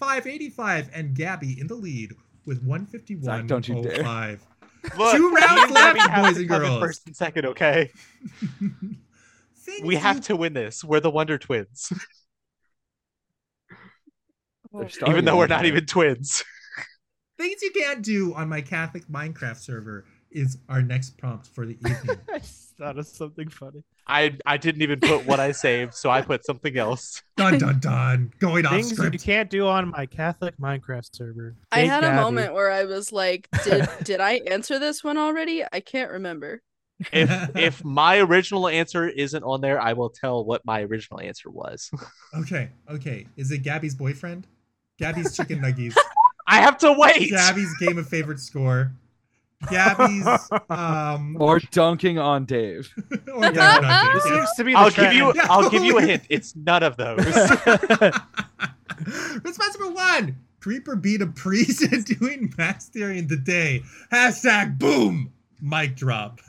125.85, and Gabby in the lead with 151.05.
Zach, don't you dare.
Look,
Two
me and
rounds
Gabby
left,
have
boys
to
and
come in
girls.
First and second, okay?
Things
We have
you-
to win this. We're the Wonder Twins.
Oh,
They're
even though
starving
we're
right
not
now.
even twins.
Things you can't do on my Catholic Minecraft server is our next prompt for the evening.
I just thought of something funny.
I I didn't even put what I saved, so I put something else.
dun dun dun. Going off
Things you
script.
can't do on my Catholic Minecraft server.
I
Big
had a
Gabby.
moment where I was like, did did I answer this one already? I can't remember.
If if my original answer isn't on there, I will tell what my original answer was.
Okay, okay. Is it Gabby's boyfriend? Gabby's chicken nuggies.
I have to wait.
Gabby's game of favorite score. Gabby's um
Or dunking on Dave.
or dun, dun, dun,
This
dun.
seems to be the
I'll give
trend.
you
Yeah.
I'll give you a hint. It's none of those.
Response number one Creeper beat a priest and doing mass theory in the day. Hashtag boom. Mic drop.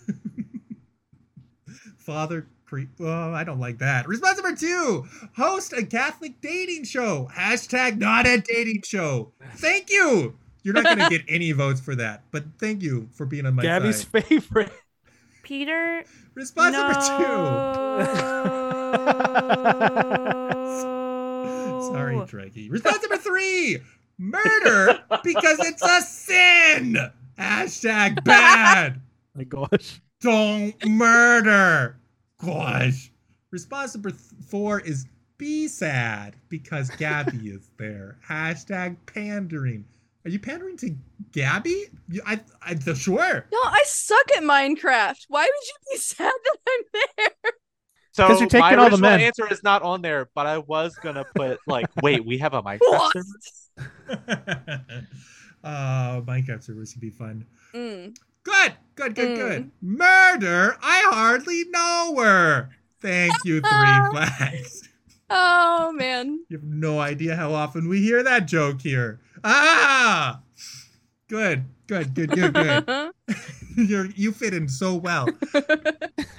Father Creep. Oh, I don't like that. Response number two Host a Catholic dating show. Hashtag not a dating show. Thank you. You're not going to get any votes for that, but thank you for being on my
Gabby's
side.
favorite.
Peter.
Response number two.
Uh,
no.
Sorry, Draggy. Response number three murder because it's a sin. Hashtag bad.
my gosh.
Don't murder. Gosh. Response number th- four is be sad because Gabby is there. Hashtag pandering. Are you pandering to Gabby? You, I, I, the, sure.
No, I suck at Minecraft. Why would you be sad that I'm there?
So
'Cause you're
my
taking all the
original
men.
answer is not on there, but I was gonna put like, wait, we have a Minecraft
What?
server.
uh, Minecraft servers would be fun.
Mm.
Good, good, good,
Mm.
good. Murder, I hardly know her. Thank you, three flags.
Oh man.
You have no idea how often we hear that joke here. Ah! Good, good, good, good, good. You're, you fit in so well.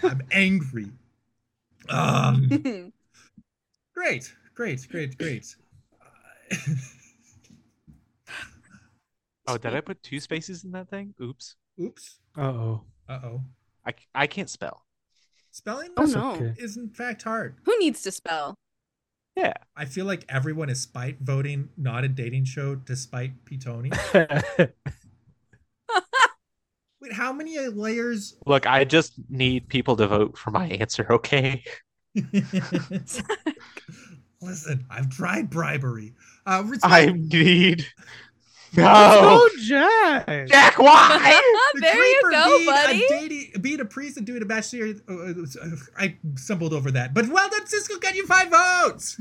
I'm angry. Um, great, great, great, great. Uh,
Oh, did I put two spaces in that thing? Oops.
Oops.
Uh oh.
Uh oh.
I, c- I can't spell.
Spelling
oh
That's
no.
okay.
is in fact hard.
Who needs to spell?
I feel like everyone is spite voting not a dating show despite Pitoni. Wait, how many layers?
Look, I just need people to vote for my answer, okay?
Listen, I've tried bribery. Uh, response-
I need.
oh,
No!
Jack.
Jack, why?
the
there you
creeper
go,
being
buddy.
A dating, being a priest and doing a bachelor. uh, uh, I stumbled over that. But well done, Cisco. Got you five votes.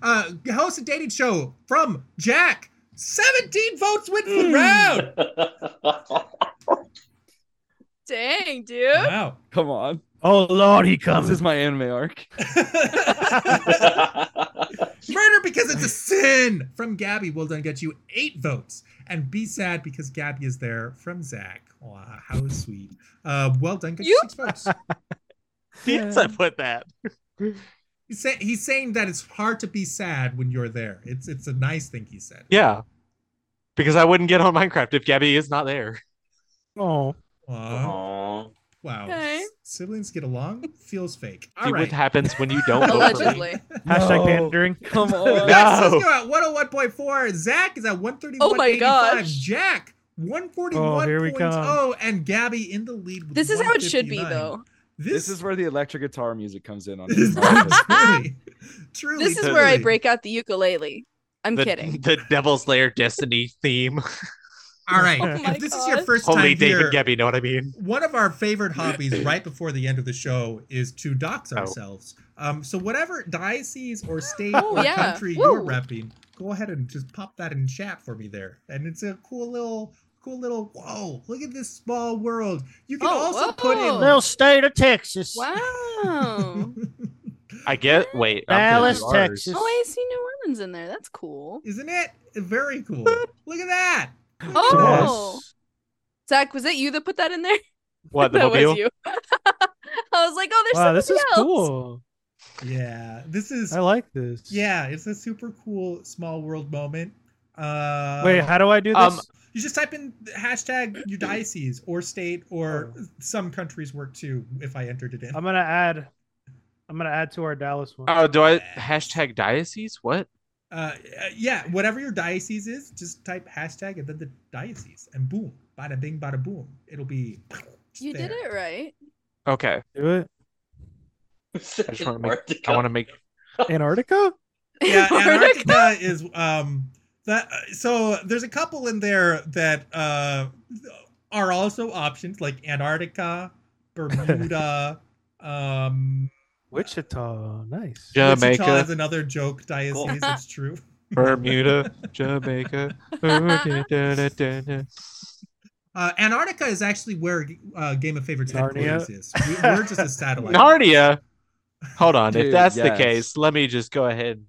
Uh, host a dating show from Jack. 17 votes went
Hmm.
for the round.
Dang, dude.
Wow.
Come on.
Oh Lord, he
This
comes.
is my anime arc.
Murder because it's a sin from Gabby. Well done, got you eight votes. And be sad because Gabby is there from Zach. Aw, how sweet. Uh, well done, got you
You-
six votes.
Yes, I put that.
He's, say- he's saying that it's hard to be sad when you're there. It's it's a nice thing he said.
Yeah. Because I wouldn't get on Minecraft if Gabby is not there.
Oh,
Aw,
Aw.
wow.
Okay.
S- Siblings get along? Feels fake.
See
All
what
right.
happens when you don't vote for me.
Allegedly.
hashtag
No.
pandering.
Come on.
Max
No.
Sisko at 101.4. Zach is at 131.85.
Oh my gosh.
Jack, 141.0.
Oh, here we come.
And Gabby in the lead. With
This is how it should be
159.
though.
This is where the electric guitar music comes in on
This is
it.
truly, truly,
This is where I
truly.
break out the ukulele. I'm
the,
kidding.
The Devil's Lair Destiny theme.
All right.
Oh
my
if this is your
gosh.
first
Holy
time
Dave
here,
and Gabby, know what I mean?
one of our favorite hobbies right before the end of the show is to dox
Oh.
ourselves. Um, so whatever diocese or state
Oh,
or
yeah.
country you're
Woo.
repping, go ahead and just pop that in chat for me there. And it's a cool little, cool little. Whoa! Look at this small world. You can
Oh,
also put in.
whoa. Oh,
Little state of Texas.
Wow.
I get. Wait. I'm gonna do
Dallas,
ours.
Texas.
Oh, I see New Orleans in there. That's cool.
Isn't it very cool? Look at that.
Oh, Zach, was it you that put that in there?
What, the
that was
mobile?
you. I was like, oh, there's
Wow, this is
something else.
cool.
Yeah. This is.
I like this.
Yeah, it's a super cool small world moment. Uh,
Wait, how do I do this?
Um,
you just type in the hashtag your diocese or state or
Oh.
some countries work too. If I entered it in,
I'm
Uh,
gonna add. I'm gonna add to our Dallas one.
Oh, do I hashtag diocese? What?
uh, Uh, yeah, whatever your diocese is, just type hashtag and then the diocese, and boom, bada bing, bada boom. It'll be. just
You did
there.
it right.
Okay.
Do it.
I just want to make. I want to make.
Antarctica?
yeah,
Antarctica.
Antarctica is um that. uh, So there's a couple in there that uh are also options like Antarctica, Bermuda. um,
Wichita. Nice.
Wichita
Jamaica,
is another joke diocese. It's true.
Bermuda, Jamaica. Bermuda.
Uh, Antarctica is actually where uh, Game of Favorites
Narnia.
headquarters is. We, we're just a satellite.
Narnia. Hold on. if
Dude,
that's the
yes.
case, let me just go ahead.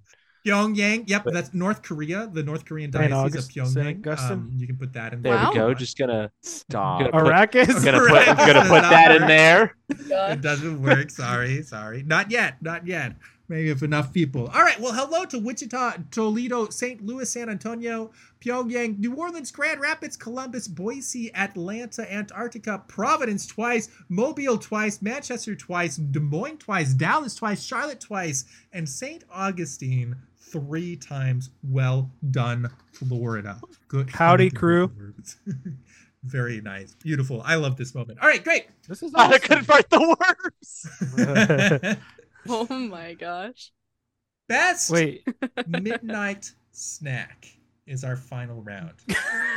Pyongyang. Yep, that's North Korea. The North Korean
Saint
diocese
August-
of
Saint
Pyongyang.
Augustin.
Um, you can put that in
There
Wow.
we go. Just gonna
Stop.
Put-
Arrakis?
gonna put gonna put that in there.
it doesn't work. Sorry, sorry. Not yet. Not yet. Maybe if enough people. All right. Well, hello to Wichita, Toledo, St. Louis, San Antonio, Pyongyang, New Orleans, Grand Rapids, Columbus, Boise, Atlanta, Antarctica, Providence twice, Mobile twice, Manchester twice, Des Moines twice, Dallas twice, Charlotte twice, and St. Augustine three times. Well done, Florida. Good.
Howdy,
good
crew.
words. Very nice. Beautiful. I love this moment. All right. Great.
This is
I could fight the worms.
Oh my gosh.
Best
Wait,
midnight snack is our final round.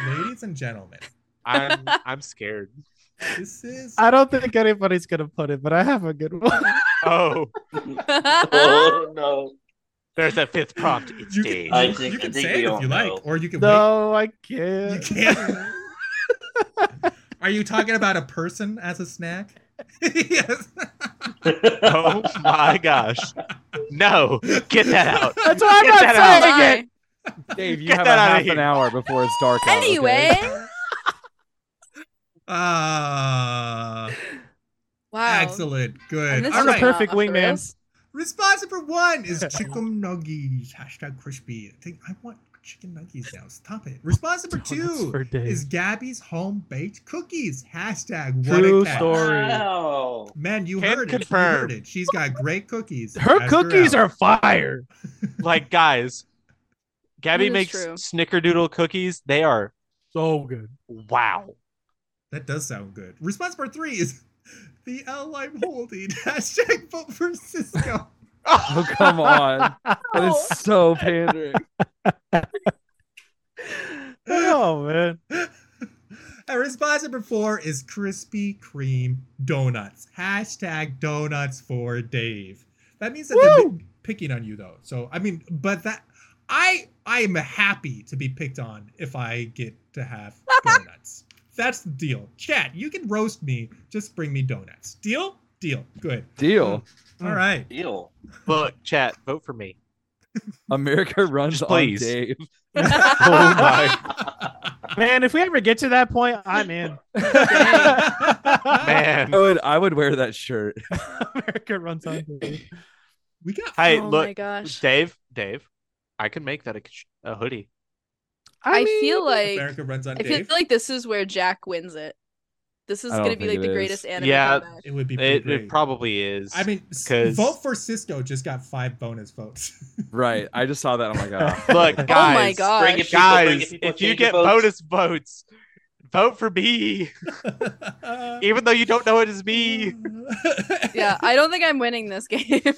Ladies and gentlemen,
I'm I'm scared.
this is
I don't think anybody's gonna put it, but I have a good one.
Oh,
oh no.
there's that fifth prompt. It's
you
Dave.
can,
I
you,
think-
you
I
can
think
say
we
it if
all
you
know.
like, or you can
No, I
wait. You
can't.
can't. Are you talking about a person as a snack? yes.
Oh my gosh. No, get that out.
That's why I'm
Get
not
that
saying
out.
Bye.
Dave, you
Get
have a
that outta
half an
here.
hour before it's dark. out, okay?
Anyway.
Ah,
Wow.
excellent. Good.
And this
All
is
right.
perfect
not off the
wingman.
rails.
Response number one is chicken nuggies. Hashtag crispy. I, think, I want chicken nuggies now. Stop it. Response number
Donuts
two
Oh, for days.
is Gabby's home baked cookies. Hashtag what
True
a catch.
story.
Wow.
Man, you
Can
heard it. You
confirm.
heard it. She's got great cookies.
Her
Ask
cookies
out.
are fire.
Like guys, Gabby
That is
makes
true.
snickerdoodle cookies. They are
So good.
wow.
That does sound good. Response number three is the L I'm holding. Hashtag vote for Cisco.
Oh come on! That is so pandering.
Oh man.
And response number four is Krispy Kreme donuts. Hashtag donuts for Dave. That means that they're
Woo!
pi- picking on you though. So I mean, but that I I am happy to be picked on if I get to have donuts. That's the deal. Chat, you can roast me, just bring me donuts. Deal? Deal. Good.
Deal.
All right.
Deal.
Look, chat, vote for me.
America runs
Just
on
please.
Dave.
Oh my
Man, if we ever get to that point, I'm in.
man.
I would, I would wear that shirt.
America runs on. TV.
We got
Hey,
oh my
look,
gosh.
Dave, Dave, I can make that a, a hoodie.
I,
mean,
feel like
America runs on
I feel
Dave.
like this is where Jack wins it. This is
I don't
gonna be
think
like the
it
greatest
is.
anime
Yeah.
comeback.
it would be pretty
It,
great.
it probably is.
I mean, s-
'Cause-
vote for Cisco just got five bonus votes.
Right. I just saw that. I'm like, oh.
look,
Oh my
guys,
gosh.
Bring it, people, bring it,
guys,
people,
if you
change
get
your votes.
bonus votes, vote for me, even though you don't know it is me.
Yeah, I don't think I'm winning this game.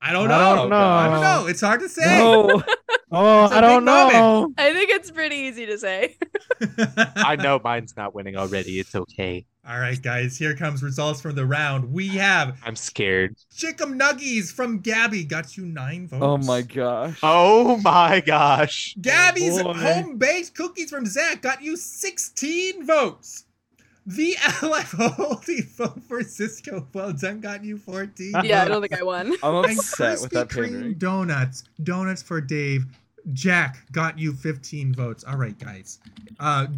I don't know.
I don't
I don't
know.
know. It's hard to say.
No.
Oh,
It's a
I don't
big
know.
I think it's pretty easy to say.
I know mine's not winning already. It's okay.
All right, guys. Here comes results from the round. We have
I'm scared.
Chick'em Nuggies from Gabby. Got you nine votes.
Oh my gosh.
Oh my gosh.
Gabby's
Oh, boy.
home baked cookies from Zach got you 16 votes. The LFOD vote for Cisco. Well done, got you 14.
Yeah, I don't think I won.
I'm
And
upset with
Krispy
that
Kreme
pandering.
donuts. Donuts for Dave. Jack got you 15 votes. All right, guys. Uh,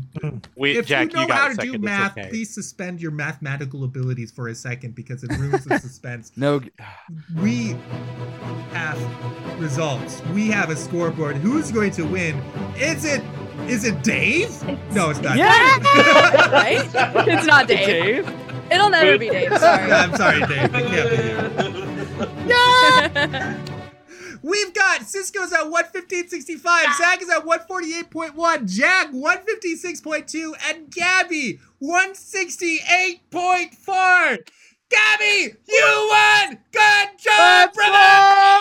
We,
if
Jack,
you know
got
how
it
to
second.
do
It's
math,
okay.
please suspend your mathematical abilities for a second because it ruins the suspense.
No.
We have results. We have a scoreboard. Who's going to win? Is it? Is it Dave? No, it's not.
Yeah.
Dave.
right? It's not Dave.
Dave?
It'll never be Dave. Sorry.
I'm sorry, Dave. It can't be you.
yeah.
We've got Cisco's at 115.65, Zach is at 148.1, Jag 156.2, and Gabby 168.4. Gabby, you won! Good job, brother!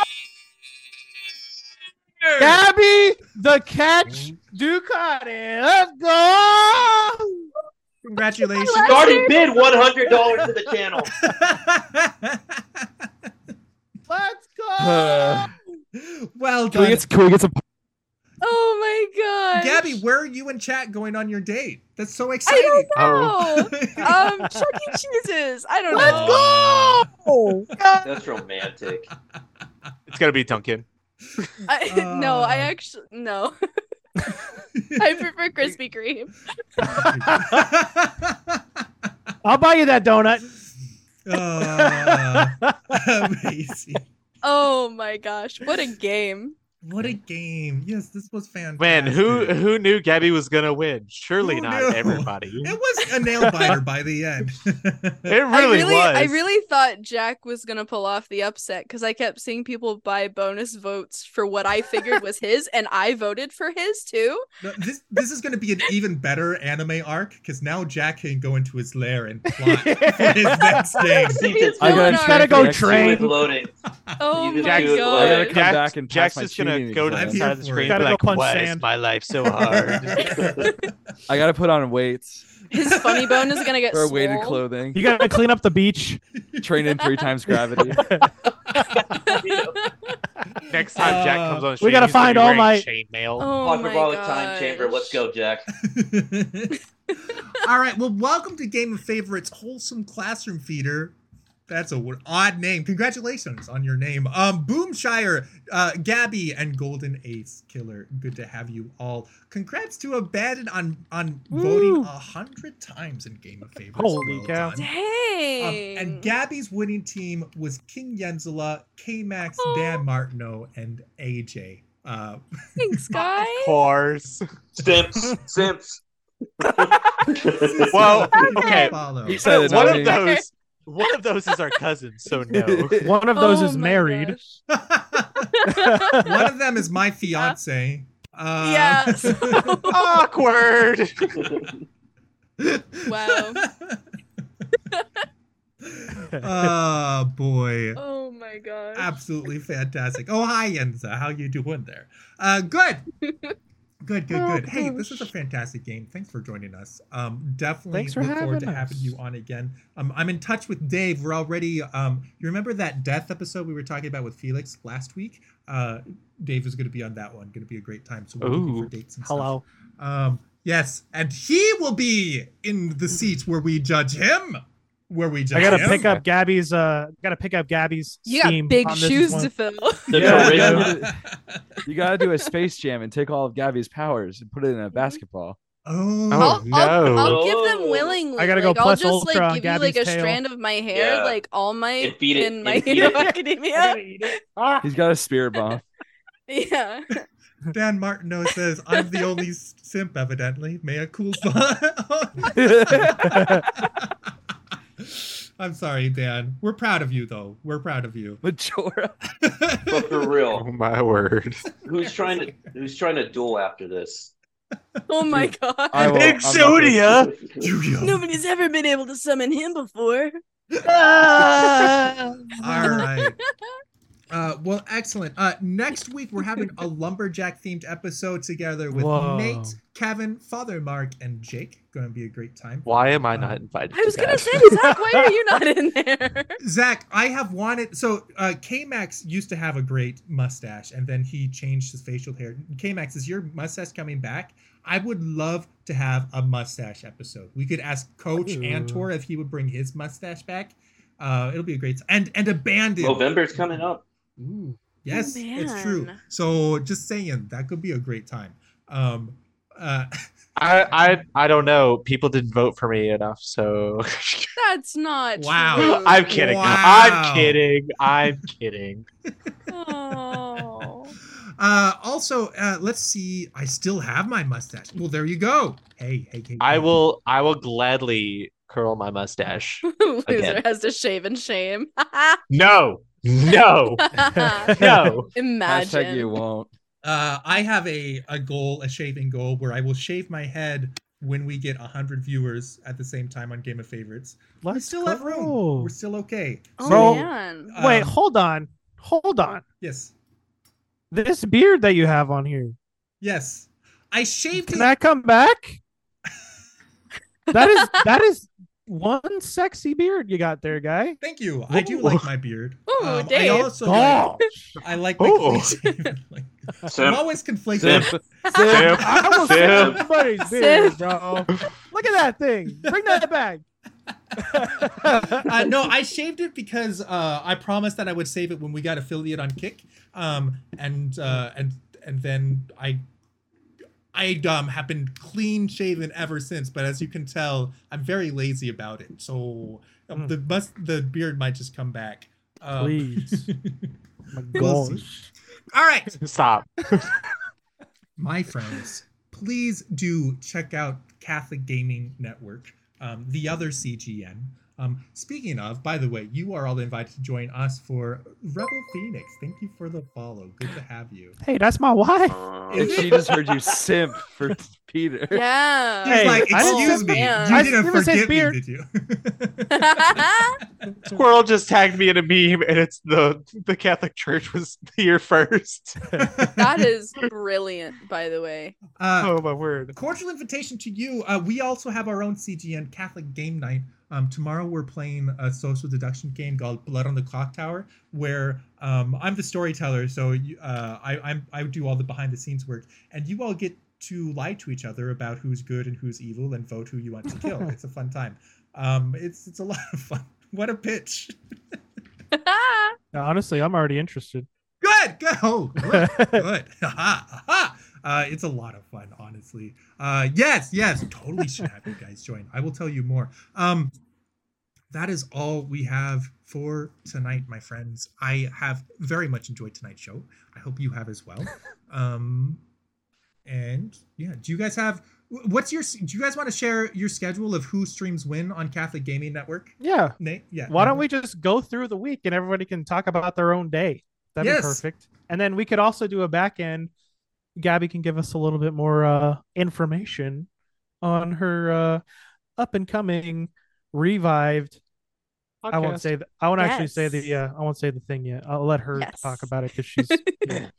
Gabby, the catch, Ducati. Let's go.
Congratulations.
You already bid one hundred dollars to the channel.
Let's go.
well
can,
done.
we get, can we get some?
Oh my god.
Gabby, where are you and chat going on your date? That's so
I
exciting.
don't know. um, Chuck E. Cheese's. I don't
Let's
know.
go.
That's romantic.
It's gonna be Duncan.
I, no, I
Uh.
actually no. I prefer Krispy Kreme.
I'll buy you that donut.
Uh, amazing.
Oh my gosh, what a game!
What a game. Yes, this was fantastic.
Man, who who knew Gabby was gonna win? Surely
Who
not
knew?
everybody.
It was a nail biter by the end.
It really,
I really,
was.
I really thought Jack was gonna pull off the upset because I kept seeing people buy bonus votes for what I figured was his, and I voted for his too.
No, this this is going to be an even better anime arc because now Jack can go into his lair and plot for his next game.
Season
I gotta-
two
gotta go
is
train.
loaded.
Oh
You
my
just do it
I gotta
god!
live.
come
Jack's-
back and
Jack's
pass my
just gonna
cheating
go to the
I'm
exam.
side of
here
the
for
screen
it.
Gotta
and be
go
like,
punch
"Why
sand."
is my life so hard?"
I gotta put on weights,
His funny bone is gonna get
wear weighted
swole.
clothing,
You gotta clean up the beach.
train in three times gravity.
Next time Jack
Uh,
comes on,
we gotta find All Might.
chainmail.
Oh my
Hyperbolic
gosh.
time chamber. Let's go, Jack.
All right. Well, welcome to Game of Favorites Wholesome Classroom Feeder. That's a w- odd name. Congratulations on your name. Um, Boomshire, uh, Gabby, and Golden Ace Killer. Good to have you all. Congrats to Abaddon on on voting
Woo.
a hundred times in Game of Favorites.
Holy cow.
done. Um,
Dang.
and Gabby's winning team was King Yenzela, K Max,
Aw.
Dan Martineau, and AJ. Uh,
Thanks, guys.
Of course.
Simps, simps.
Well,
you can
okay.
follow.
You said it,
one
not
of
me.
those. One of those is our cousin, so no.
One of those
Oh
is
my
married.
gosh.
One of them is my fiance. Uh,
yeah. so-
Awkward.
Wow.
oh boy.
oh my gosh.
Absolutely fantastic. Oh hi Enza, how you doing there? Uh, good. Good, good,
Oh,
good. Hey, this is a fantastic game. Thanks for joining us. Um, definitely
Thanks for
look forward
having
to having
us.
you on again. Um, I'm in touch with Dave. We're already. Um, you remember that death episode we were talking about with Felix last week? Uh, Dave is going to be on that one. Going to be a great time. So we're looking
Ooh.
for dates and stuff.
Hello.
Um, yes, and he will be in the seat where we judge him. Where we judge
I gotta
him.
pick up Gabby's. Uh, gotta pick up Gabby's.
you got
steam
big
on this
shoes
one.
to fill.
The
Yeah.
charisma.
You gotta do a space jam and take all of Gabby's powers and put it in a basketball.
Oh,
I'll, I'll,
no.
I'll give
Oh.
them willingly.
I gotta go
Like, I'll
plus
just
ultra
like
on
give
Gabby's
you like a
tail.
strand of my hair,
Yeah.
like all my
And beat it,
in my
and beat
Hero
it.
Academia.
He's got a spirit bomb.
yeah.
Dan Martineau says I'm the only s- simp, evidently. Mea culpa. I'm sorry, Dan. We're proud of you, though. We're proud of you.
Majora.
But for real,
Oh, my word.
who's trying to who's trying to duel after this?
Oh my god.
I will- I'm not gonna-
Exodia.
Julia.
Nobody's ever been able to summon him before.
All right. Uh, well, excellent. Uh, next week we're having a lumberjack themed episode together with
Whoa.
Nate, Kevin, Father Mark, and Jake. Going to be a great time.
Why am I not invited?
I was
to
gonna
that?
say, Zach, why are you not in there?
Zach, I have wanted so uh, K Max used to have a great mustache, and then he changed his facial hair. K Max, is your mustache coming back? I would love to have a mustache episode. We could ask Coach
Ooh.
Antor if he would bring his mustache back. Uh, it'll be a great and and abandon.
November's coming up.
Ooh, yes, it's true.
man.
So just saying, that could be a great time. Um, uh,
I, I I don't know. People didn't vote for me enough, so
That's not
Wow.
true.
I'm kidding.
Wow.
I'm kidding. I'm kidding.
Oh.
uh, also, uh, let's see. I still have my mustache. Well, there you go. Hey, hey, hey.
I will I will gladly curl my mustache.
Loser
Again.
has to shave in shame.
No, No, no.
Hashtag
Imagine.
you won't.
Uh, I have a, a goal, a shaving goal, where I will shave my head when we get 100 viewers at the same time on Game of Favorites. we
Let's
still
go.
have room. We're still okay.
Oh
Bro.
man.
uh,
Wait, hold on, hold on.
Yes.
This beard that you have on here,
Yes. I shaved
can
it.
I come back? That is that is one sexy beard you got there, guy.
Thank you. I do
Ooh.
like my beard. Um,
Ooh,
I
Dave.
also like,
Oh,
I like my
Ooh.
clean shaven, like- I'm
Simp.
always conflated.
Simp.
Simp.
I almost
Sim.
said everybody's beard,
Sim.
bro. Look at that thing. Bring that back.
uh, no, I shaved it because uh, I promised that I would save it when we got affiliate on Kick, um, and uh, and and then I I um, have been clean shaven ever since. But as you can tell, I'm very lazy about it, so um,
Mm.
the must the beard might just come back. Um,
Please. My
We'll see.
gosh.
all right,
Stop.
my friends, please do check out Catholic Gaming Network, um, the other CGN. Um, speaking of, by the way, you are all invited to join us for Rebel Phoenix. Thank you for the follow. Good to have you.
Hey, that's my wife.
If she just heard you simp for Peter.
Yeah.
He's
Hey,
like,
I didn't
excuse
say
me,
beard.
you
I
didn't
never said
forget me,
beard."
did you? Uh,
Squirrel just tagged me in a meme, and it's the the Catholic Church was here first.
that is brilliant, by the way.
uh,
Oh my word!
cordial invitation to you. Uh, we also have our own CGN Catholic game night. Um, tomorrow we're playing a social deduction game called Blood on the Clock Tower, where um, I'm the storyteller, so you, uh, I, I'm I do all the behind the scenes work, and you all get to lie to each other about who's good and who's evil, and vote who you want to kill. it's a fun time. Um, it's it's a lot of fun. What a pitch!
Now, honestly, I'm already interested.
Good, good, oh, good, good. Aha, aha. Uh, it's a lot of fun, honestly. Uh, yes, yes, totally should have you guys join. I will tell you more. Um, that is all we have for tonight, my friends. I have very much enjoyed tonight's show. I hope you have as well. Um, and yeah, do you guys have? wh- What's your? Do you guys want to share your schedule of who streams when on Catholic Gaming Network?
yeah.
Nate, yeah.
Why don't we just go through the week and everybody can talk about their own day? That'd
Yes.
be perfect. And then we could also do a back end. Gabby can give us a little bit more uh, information on her uh, up and coming revived. I won't say. The, I won't actually say the.
Yes.
Uh, I won't say the thing yet. I'll let her
Yes.
talk about it because she's. yeah.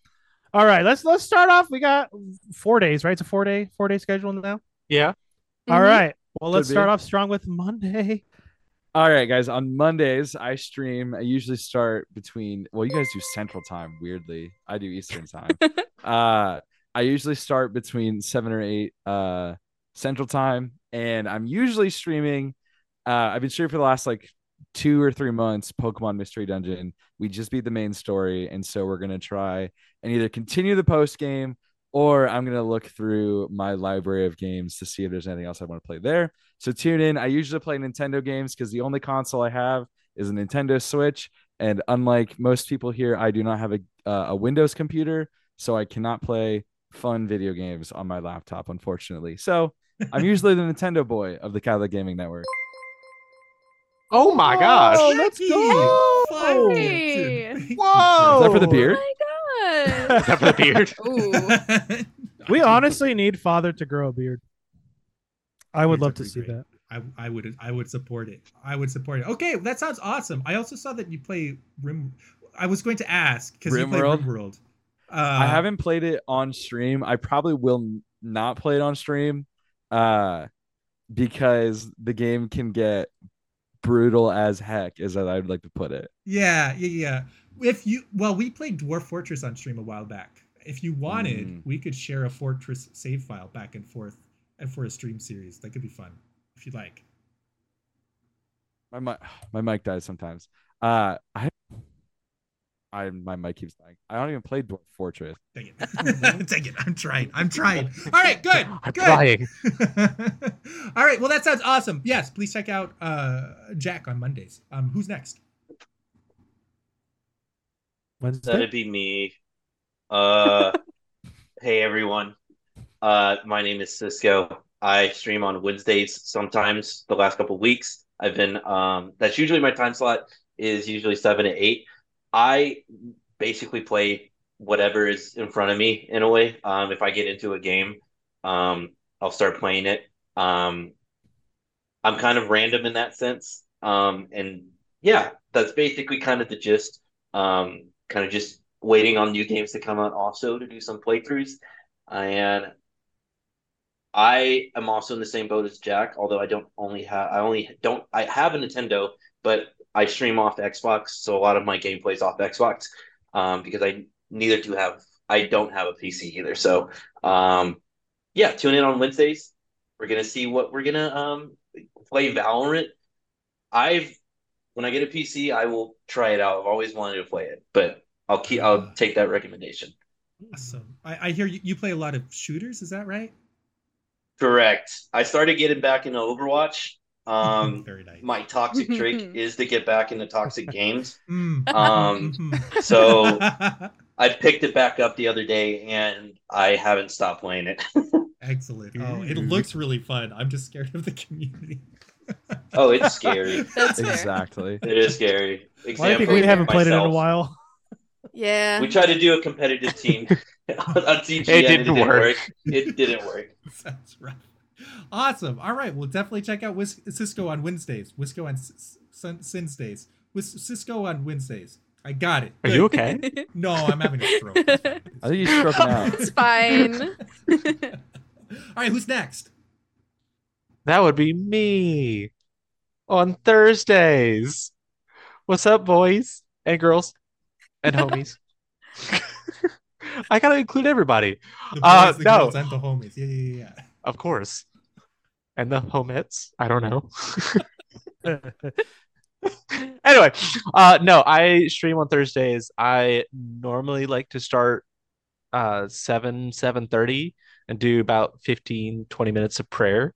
All right, let's let's start off. We got four days, right? It's a four day four day schedule now.
Yeah,
Mm-hmm.
All right. Well, let's
Could be.
start off strong with Monday.
All right, guys. On Mondays, I stream. I usually start between. Well, you guys do Central Time. Weirdly, I do Eastern Time. uh, I usually start between seven or eight uh, Central Time, and I'm usually streaming. Uh, I've been streaming for the last like two or three months. Pokemon Mystery Dungeon. We just beat the main story, and so we're gonna try and either continue the post game, or I'm gonna look through my library of games to see if there's anything else I want to play there. So tune in. I usually play Nintendo games because the only console I have is a Nintendo Switch, and unlike most people here, I do not have a uh, a Windows computer, so I cannot play fun video games on my laptop, unfortunately. So I'm usually the Nintendo boy of the Catholic Gaming Network.
Oh my gosh!
Oh, let's
Jackie,
go.
five
Whoa.
gifted.
Whoa.
Is that for the beard?
Oh my
Except for the beard.
god. Ooh.
We honestly need Father to grow a beard. I would
Beards
love
would
to
be
see
great.
that.
I, I would I would support it. I would support it. Okay, that sounds awesome. I also saw that you play Rim. I was going to ask because you play
Rimworld?
Rimworld. Uh,
I haven't played it on stream. I probably will n- not play it on stream, uh, because the game can get brutal as heck, is that I would like to put it.
Yeah, yeah, yeah. If you well, we played Dwarf Fortress on stream a while back. If you wanted,
Mm.
we could share a fortress save file back and forth and for a stream series. That could be fun if you like.
My mic, my mic dies sometimes. Uh, I, I, my mic keeps dying. I don't even play Dwarf Fortress.
Dang it! Dang it! I'm trying. I'm trying. All right, good.
I'm
good.
trying.
All right. Well, that sounds awesome. Yes, please check out uh, Jack on Mondays. Um, who's next?
Wednesday.
That'd be me. Uh, hey everyone. Uh, my name is Cisco. I stream on Wednesdays sometimes. The last couple weeks, I've been um. That's usually my time slot is usually seven to eight. I basically play whatever is in front of me in a way. Um, if I get into a game, um, I'll start playing it. Um, I'm kind of random in that sense. Um, and yeah, that's basically kind of the gist. Um, kind of just waiting on new games to come out also to do some playthroughs. And I am also in the same boat as Jack, although I don't only have I only don't I have a Nintendo, but I stream off the Xbox, so a lot of my gameplays off the Xbox um, because I neither do have I don't have a PC either. So um, yeah, tune in on Wednesdays. We're gonna see what we're gonna um, play Valorant. I've when I get a PC, I will try it out. I've always wanted to play it, but I'll keep I'll take that recommendation.
Awesome. I, I hear you, you play a lot of shooters. Is that right?
Correct. I started getting back into Overwatch. Um,
Very nice.
my toxic trick is to get back into toxic games.
Mm,
Um,
mhm.
so I picked it back up the other day and I haven't stopped playing it.
excellent. Oh, it looks really fun. I'm just scared of the community.
oh, it's scary.
That's fair.
Exactly.
It is scary.
Well, I think
Example,
we haven't played it in a
myself.
while.
Yeah.
We tried to do a competitive team on TGN.
It didn't work.
It didn't work.
That's right. Awesome. All right. Well, definitely check out Wis- Cisco on Wednesdays. Wisco on S- Sun- Sinsdays. Wis- Cisco on Wednesdays. I got it.
Are
Good.
you okay?
No, I'm having a stroke. It's fine.
I think you struck him out.
It's fine.
All right. Who's next?
That would be me on Thursdays. What's up, boys and girls and homies? I gotta include everybody,
The boys,
Uh,
the
no.
girls, and the homies. Yeah, yeah, yeah, yeah.
of course. And the homettes. I don't know. anyway, uh, no, I stream on Thursdays. I normally like to start uh 7 7:30 and do about 15 20 minutes of prayer.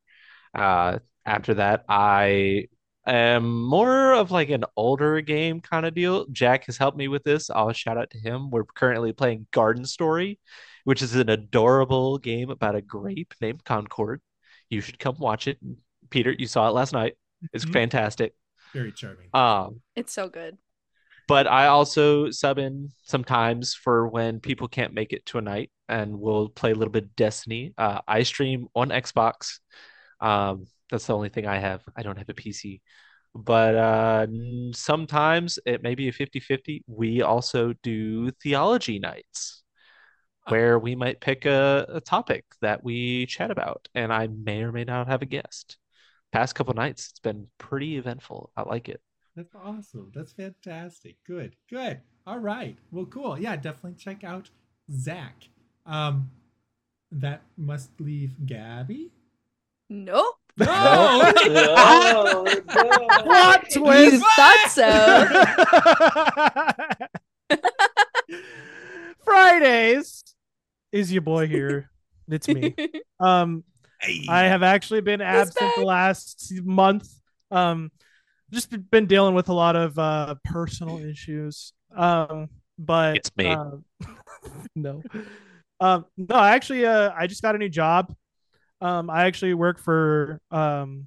Uh after that, I am more of like an older game kind of deal. Jack has helped me with this. I'll shout out to him. We're currently playing Garden Story, which is an adorable game about a grape named Concord. You should come watch it. Peter, you saw it last night. It's
Mhm.
fantastic.
Very charming.
Um,
It's so good.
but I also sub in sometimes for when people can't make it to a night, and we'll play a little bit of Destiny. Uh, I stream on Xbox. Um, that's the only thing I have. I don't have a PC. But uh, n- sometimes it may be a 50 50. We also do theology nights where we might pick a, a topic that we chat about, and I may or may not have a guest. Past couple nights, it's been pretty eventful. I like it.
That's awesome. That's fantastic. Good. Good. All right. Well, cool. Yeah, definitely check out Zach. Um, that must leave Gabby.
Nope.
No.
Oh, no.
Plot
You
twist.
thought so.
Fridays is your boy here. It's me. Um,
Hey.
I have actually been absent the
back.
last month. Um, just b- been dealing with a lot of uh, personal issues. Um, but
It's me.
uh, no, um, no. I Actually, uh, I just got a new job. Um, I actually work for um,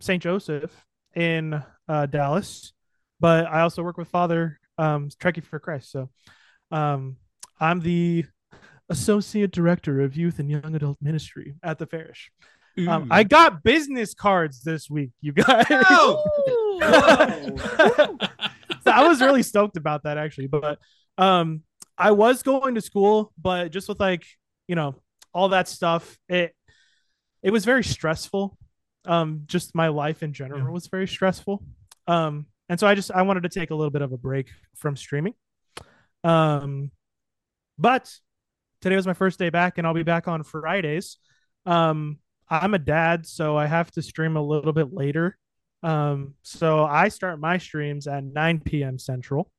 St. Joseph in uh, Dallas, but I also work with Father um, Trekkie for Christ. So, um, I'm the associate director of youth and young adult ministry at the parish. Um, I got business cards this week, you guys.
No.
so I was really stoked about that actually. But um, I was going to school, but just with like you know all that stuff, it it was very stressful. Um, just my life in general
Yeah.
was very stressful. Um, and so I just I wanted to take a little bit of a break from streaming. Um, but today was my first day back, and I'll be back on Fridays. Um, I'm a dad, so I have to stream a little bit later. Um, so I start my streams at 9 p.m. Central.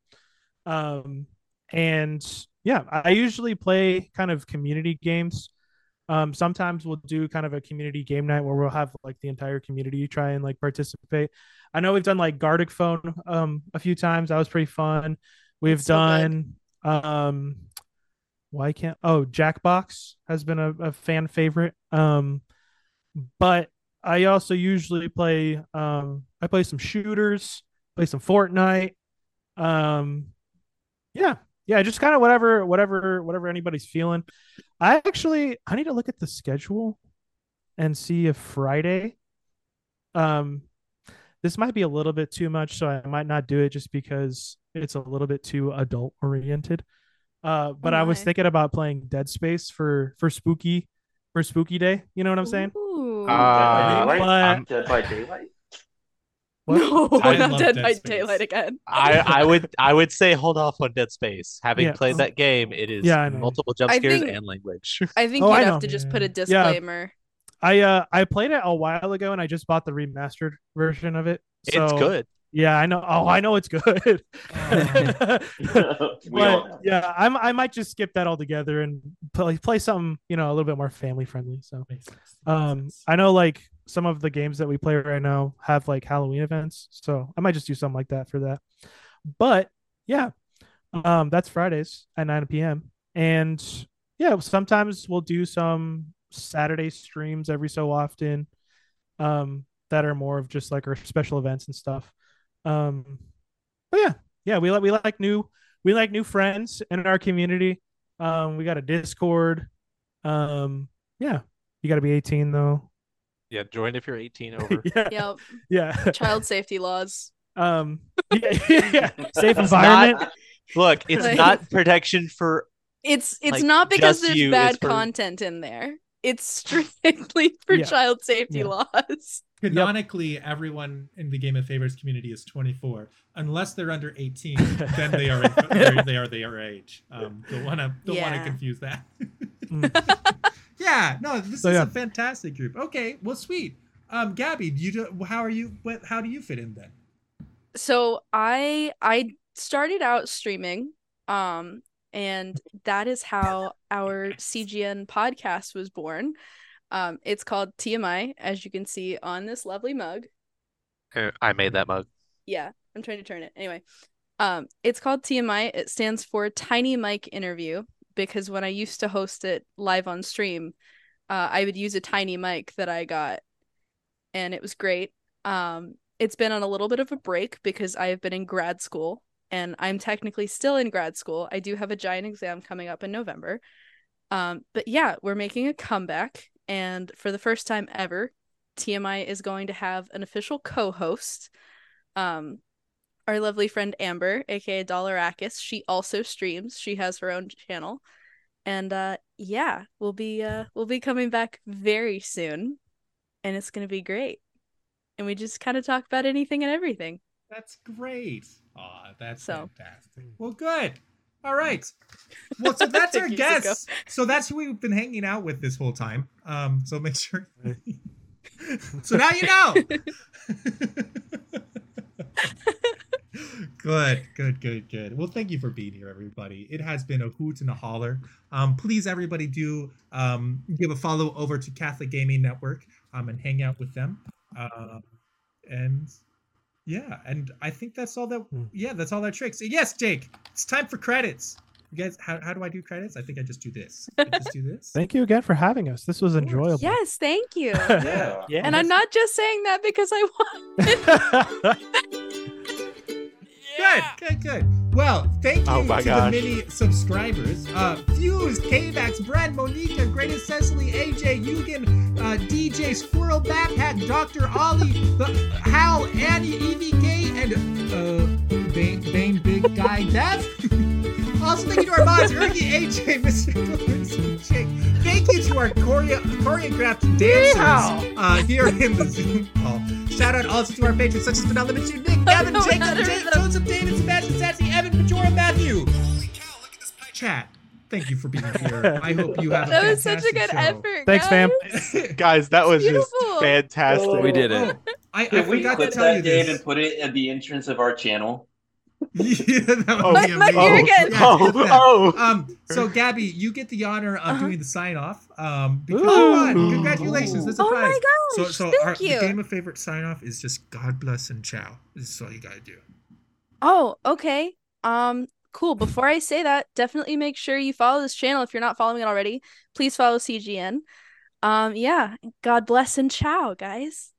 Um, and yeah, I I usually play kind of community games. Um, sometimes we'll do kind of a community game night where we'll have like the entire community try and like participate. I know we've done like Gardic Phone um a few times. That was pretty fun. We've
So
done um why can't oh Jackbox has been a, a fan favorite. Um but I also usually play um I play some shooters, play some Fortnite. Um yeah just kind of whatever whatever whatever anybody's feeling i actually i need to look at the schedule and see if friday um this might be a little bit too much so i might not do it just because it's a little bit too adult oriented uh but i was
my.
thinking about playing dead space for for spooky for spooky day you know what i'm saying
Ooh.
Uh,
Dead
but-
by Daylight? I'm Dead by Daylight?
no,
I
not
love
Dead
Dead
by
Space.
Daylight again.
I, I would I would say hold off on Dead Space. Having
Yeah.
played that game, it is
Yeah, I know.
multiple jump
I
scares
think-
and language.
I think
Oh,
you'd
I know.
have to just put a disclaimer.
i uh i played it a while ago and i just bought the remastered version of it so
it's good.
yeah i know oh i know it's good
we all
but
know.
yeah, I'm I might just skip that altogether and play play something you know a little bit more family friendly. So, um, I know like some of the games that we play right now have like Halloween events, so I might just do something like that for that. But yeah, um, that's Fridays at 9 p.m. and yeah, sometimes we'll do some Saturday streams every so often, um, that are more of just like our special events and stuff. Um, but yeah, yeah, we like we like new we like new friends in our community. Um, we got a Discord. Um, yeah, you got to be 18 though.
Yeah, join if you're 18 over.
yeah,
Yep.
yeah.
Child safety laws.
Um, yeah, yeah. safe
It's
environment.
not- Look, it's
Like-
not protection for
It's it's
Like,
not because
just
there's
you is
bad
for-
content in there. It's strictly for
Yeah.
child safety
Yeah.
laws.
Canonically, everyone in the Game of Favors community is 24, unless they're under 18. then they are they're- they are their age. Um, don't want to don't want
Yeah.
to confuse that.
Mm.
yeah, no, this
So,
is
yeah.
a fantastic group. Okay, well, sweet. Um, Gabby, do you do, how are you? What, how do you fit in then?
so i i started out streaming um and that is how our cgn podcast was born um it's called tmi as you can see on this lovely mug
Uh, I made that mug.
yeah i'm trying to turn it anyway um it's called tmi it stands for tiny mic interview because when i used to host it live on stream uh, i would use a tiny mic that i got and it was great um it's been on a little bit of a break because i have been in grad school and i'm technically still in grad school i do have a giant exam coming up in november um but yeah we're making a comeback and for the first time ever tmi is going to have an official co-host um our lovely friend Amber, aka Dollarakis, she also streams. She has her own channel. And uh yeah, we'll be uh we'll be coming back very soon and it's going to be great. And we just kind of talk about anything and everything.
That's great. Aw, that's
So.
fantastic. Well, good. All right. Well, so that's our
Thank you, Zuko.
guests. So that's who we've been hanging out with this whole time. Um, so make sure. so now you know. good, good, good, good. Well, thank you for being here, everybody. It has been a hoot and a holler. Um, please, everybody, do um, give a follow over to Catholic Gaming Network um, and hang out with them. Um, and yeah, and I think that's all that.
Hmm.
Yeah, that's all our tricks. Yes, Jake, it's time for credits. You guys, how, how do I do credits? I think I just do this. I just do this.
Thank you again for having us. This was enjoyable.
Yes, thank you.
Yeah.
Yeah.
and I'm not just saying that because I want.
Good, good, good. Well, thank you
Oh my
to
gosh.
the many subscribers. Uh, Fuse, Kvax, Brad, Monica, Greatest Cecily, AJ, Eugen, uh, DJ, Squirrel, Backpack, Dr. Ollie, the, Hal, Annie, EVK, and uh, Bane, Bane Big Guy Dev. also, thank you to our mods, Ernie, AJ, Mr. Flores, and Jake. Thank you to our choreo- choreographed dancers uh, here in the Zoom call. Shout out also to our patrons such as Vanilla Limited, Nick, Gavin,
no,
Jacob,
another
Jake,
rhythm.
Joseph, David, Sebastian, Sassy, Evan, Majora, Matthew. Holy cow, look at this pie chat. Thank you for being here. I hope you have a
that was such a
fantastic
good
show.
effort.
Thanks, fam.
effort.
Guys, that was just
Beautiful.
fantastic.
Oh.
We did it.
I, I
If we
forgot to
clip
tell
that,
you
Dave,
this.
and put it at the entrance of our channel.
yeah, that
Oh,
would be
Mike, Mike,
amazing.
you're good.
Yeah,
Oh,
clip that.
oh.
Um, so Gabby, you get the honor of
Uh-huh.
doing the sign off. Um, because
Ooh.
come on, congratulations, there's a
Oh
prize.
my
So,
gosh,
so
thank
our, the
you.
game of favorite sign off is just God bless and ciao. This is all you gotta do.
Oh, okay. Um, cool. Before I say that, definitely make sure you follow this channel if you're not following it already. Please follow CGN. Um, yeah. God bless and ciao, guys.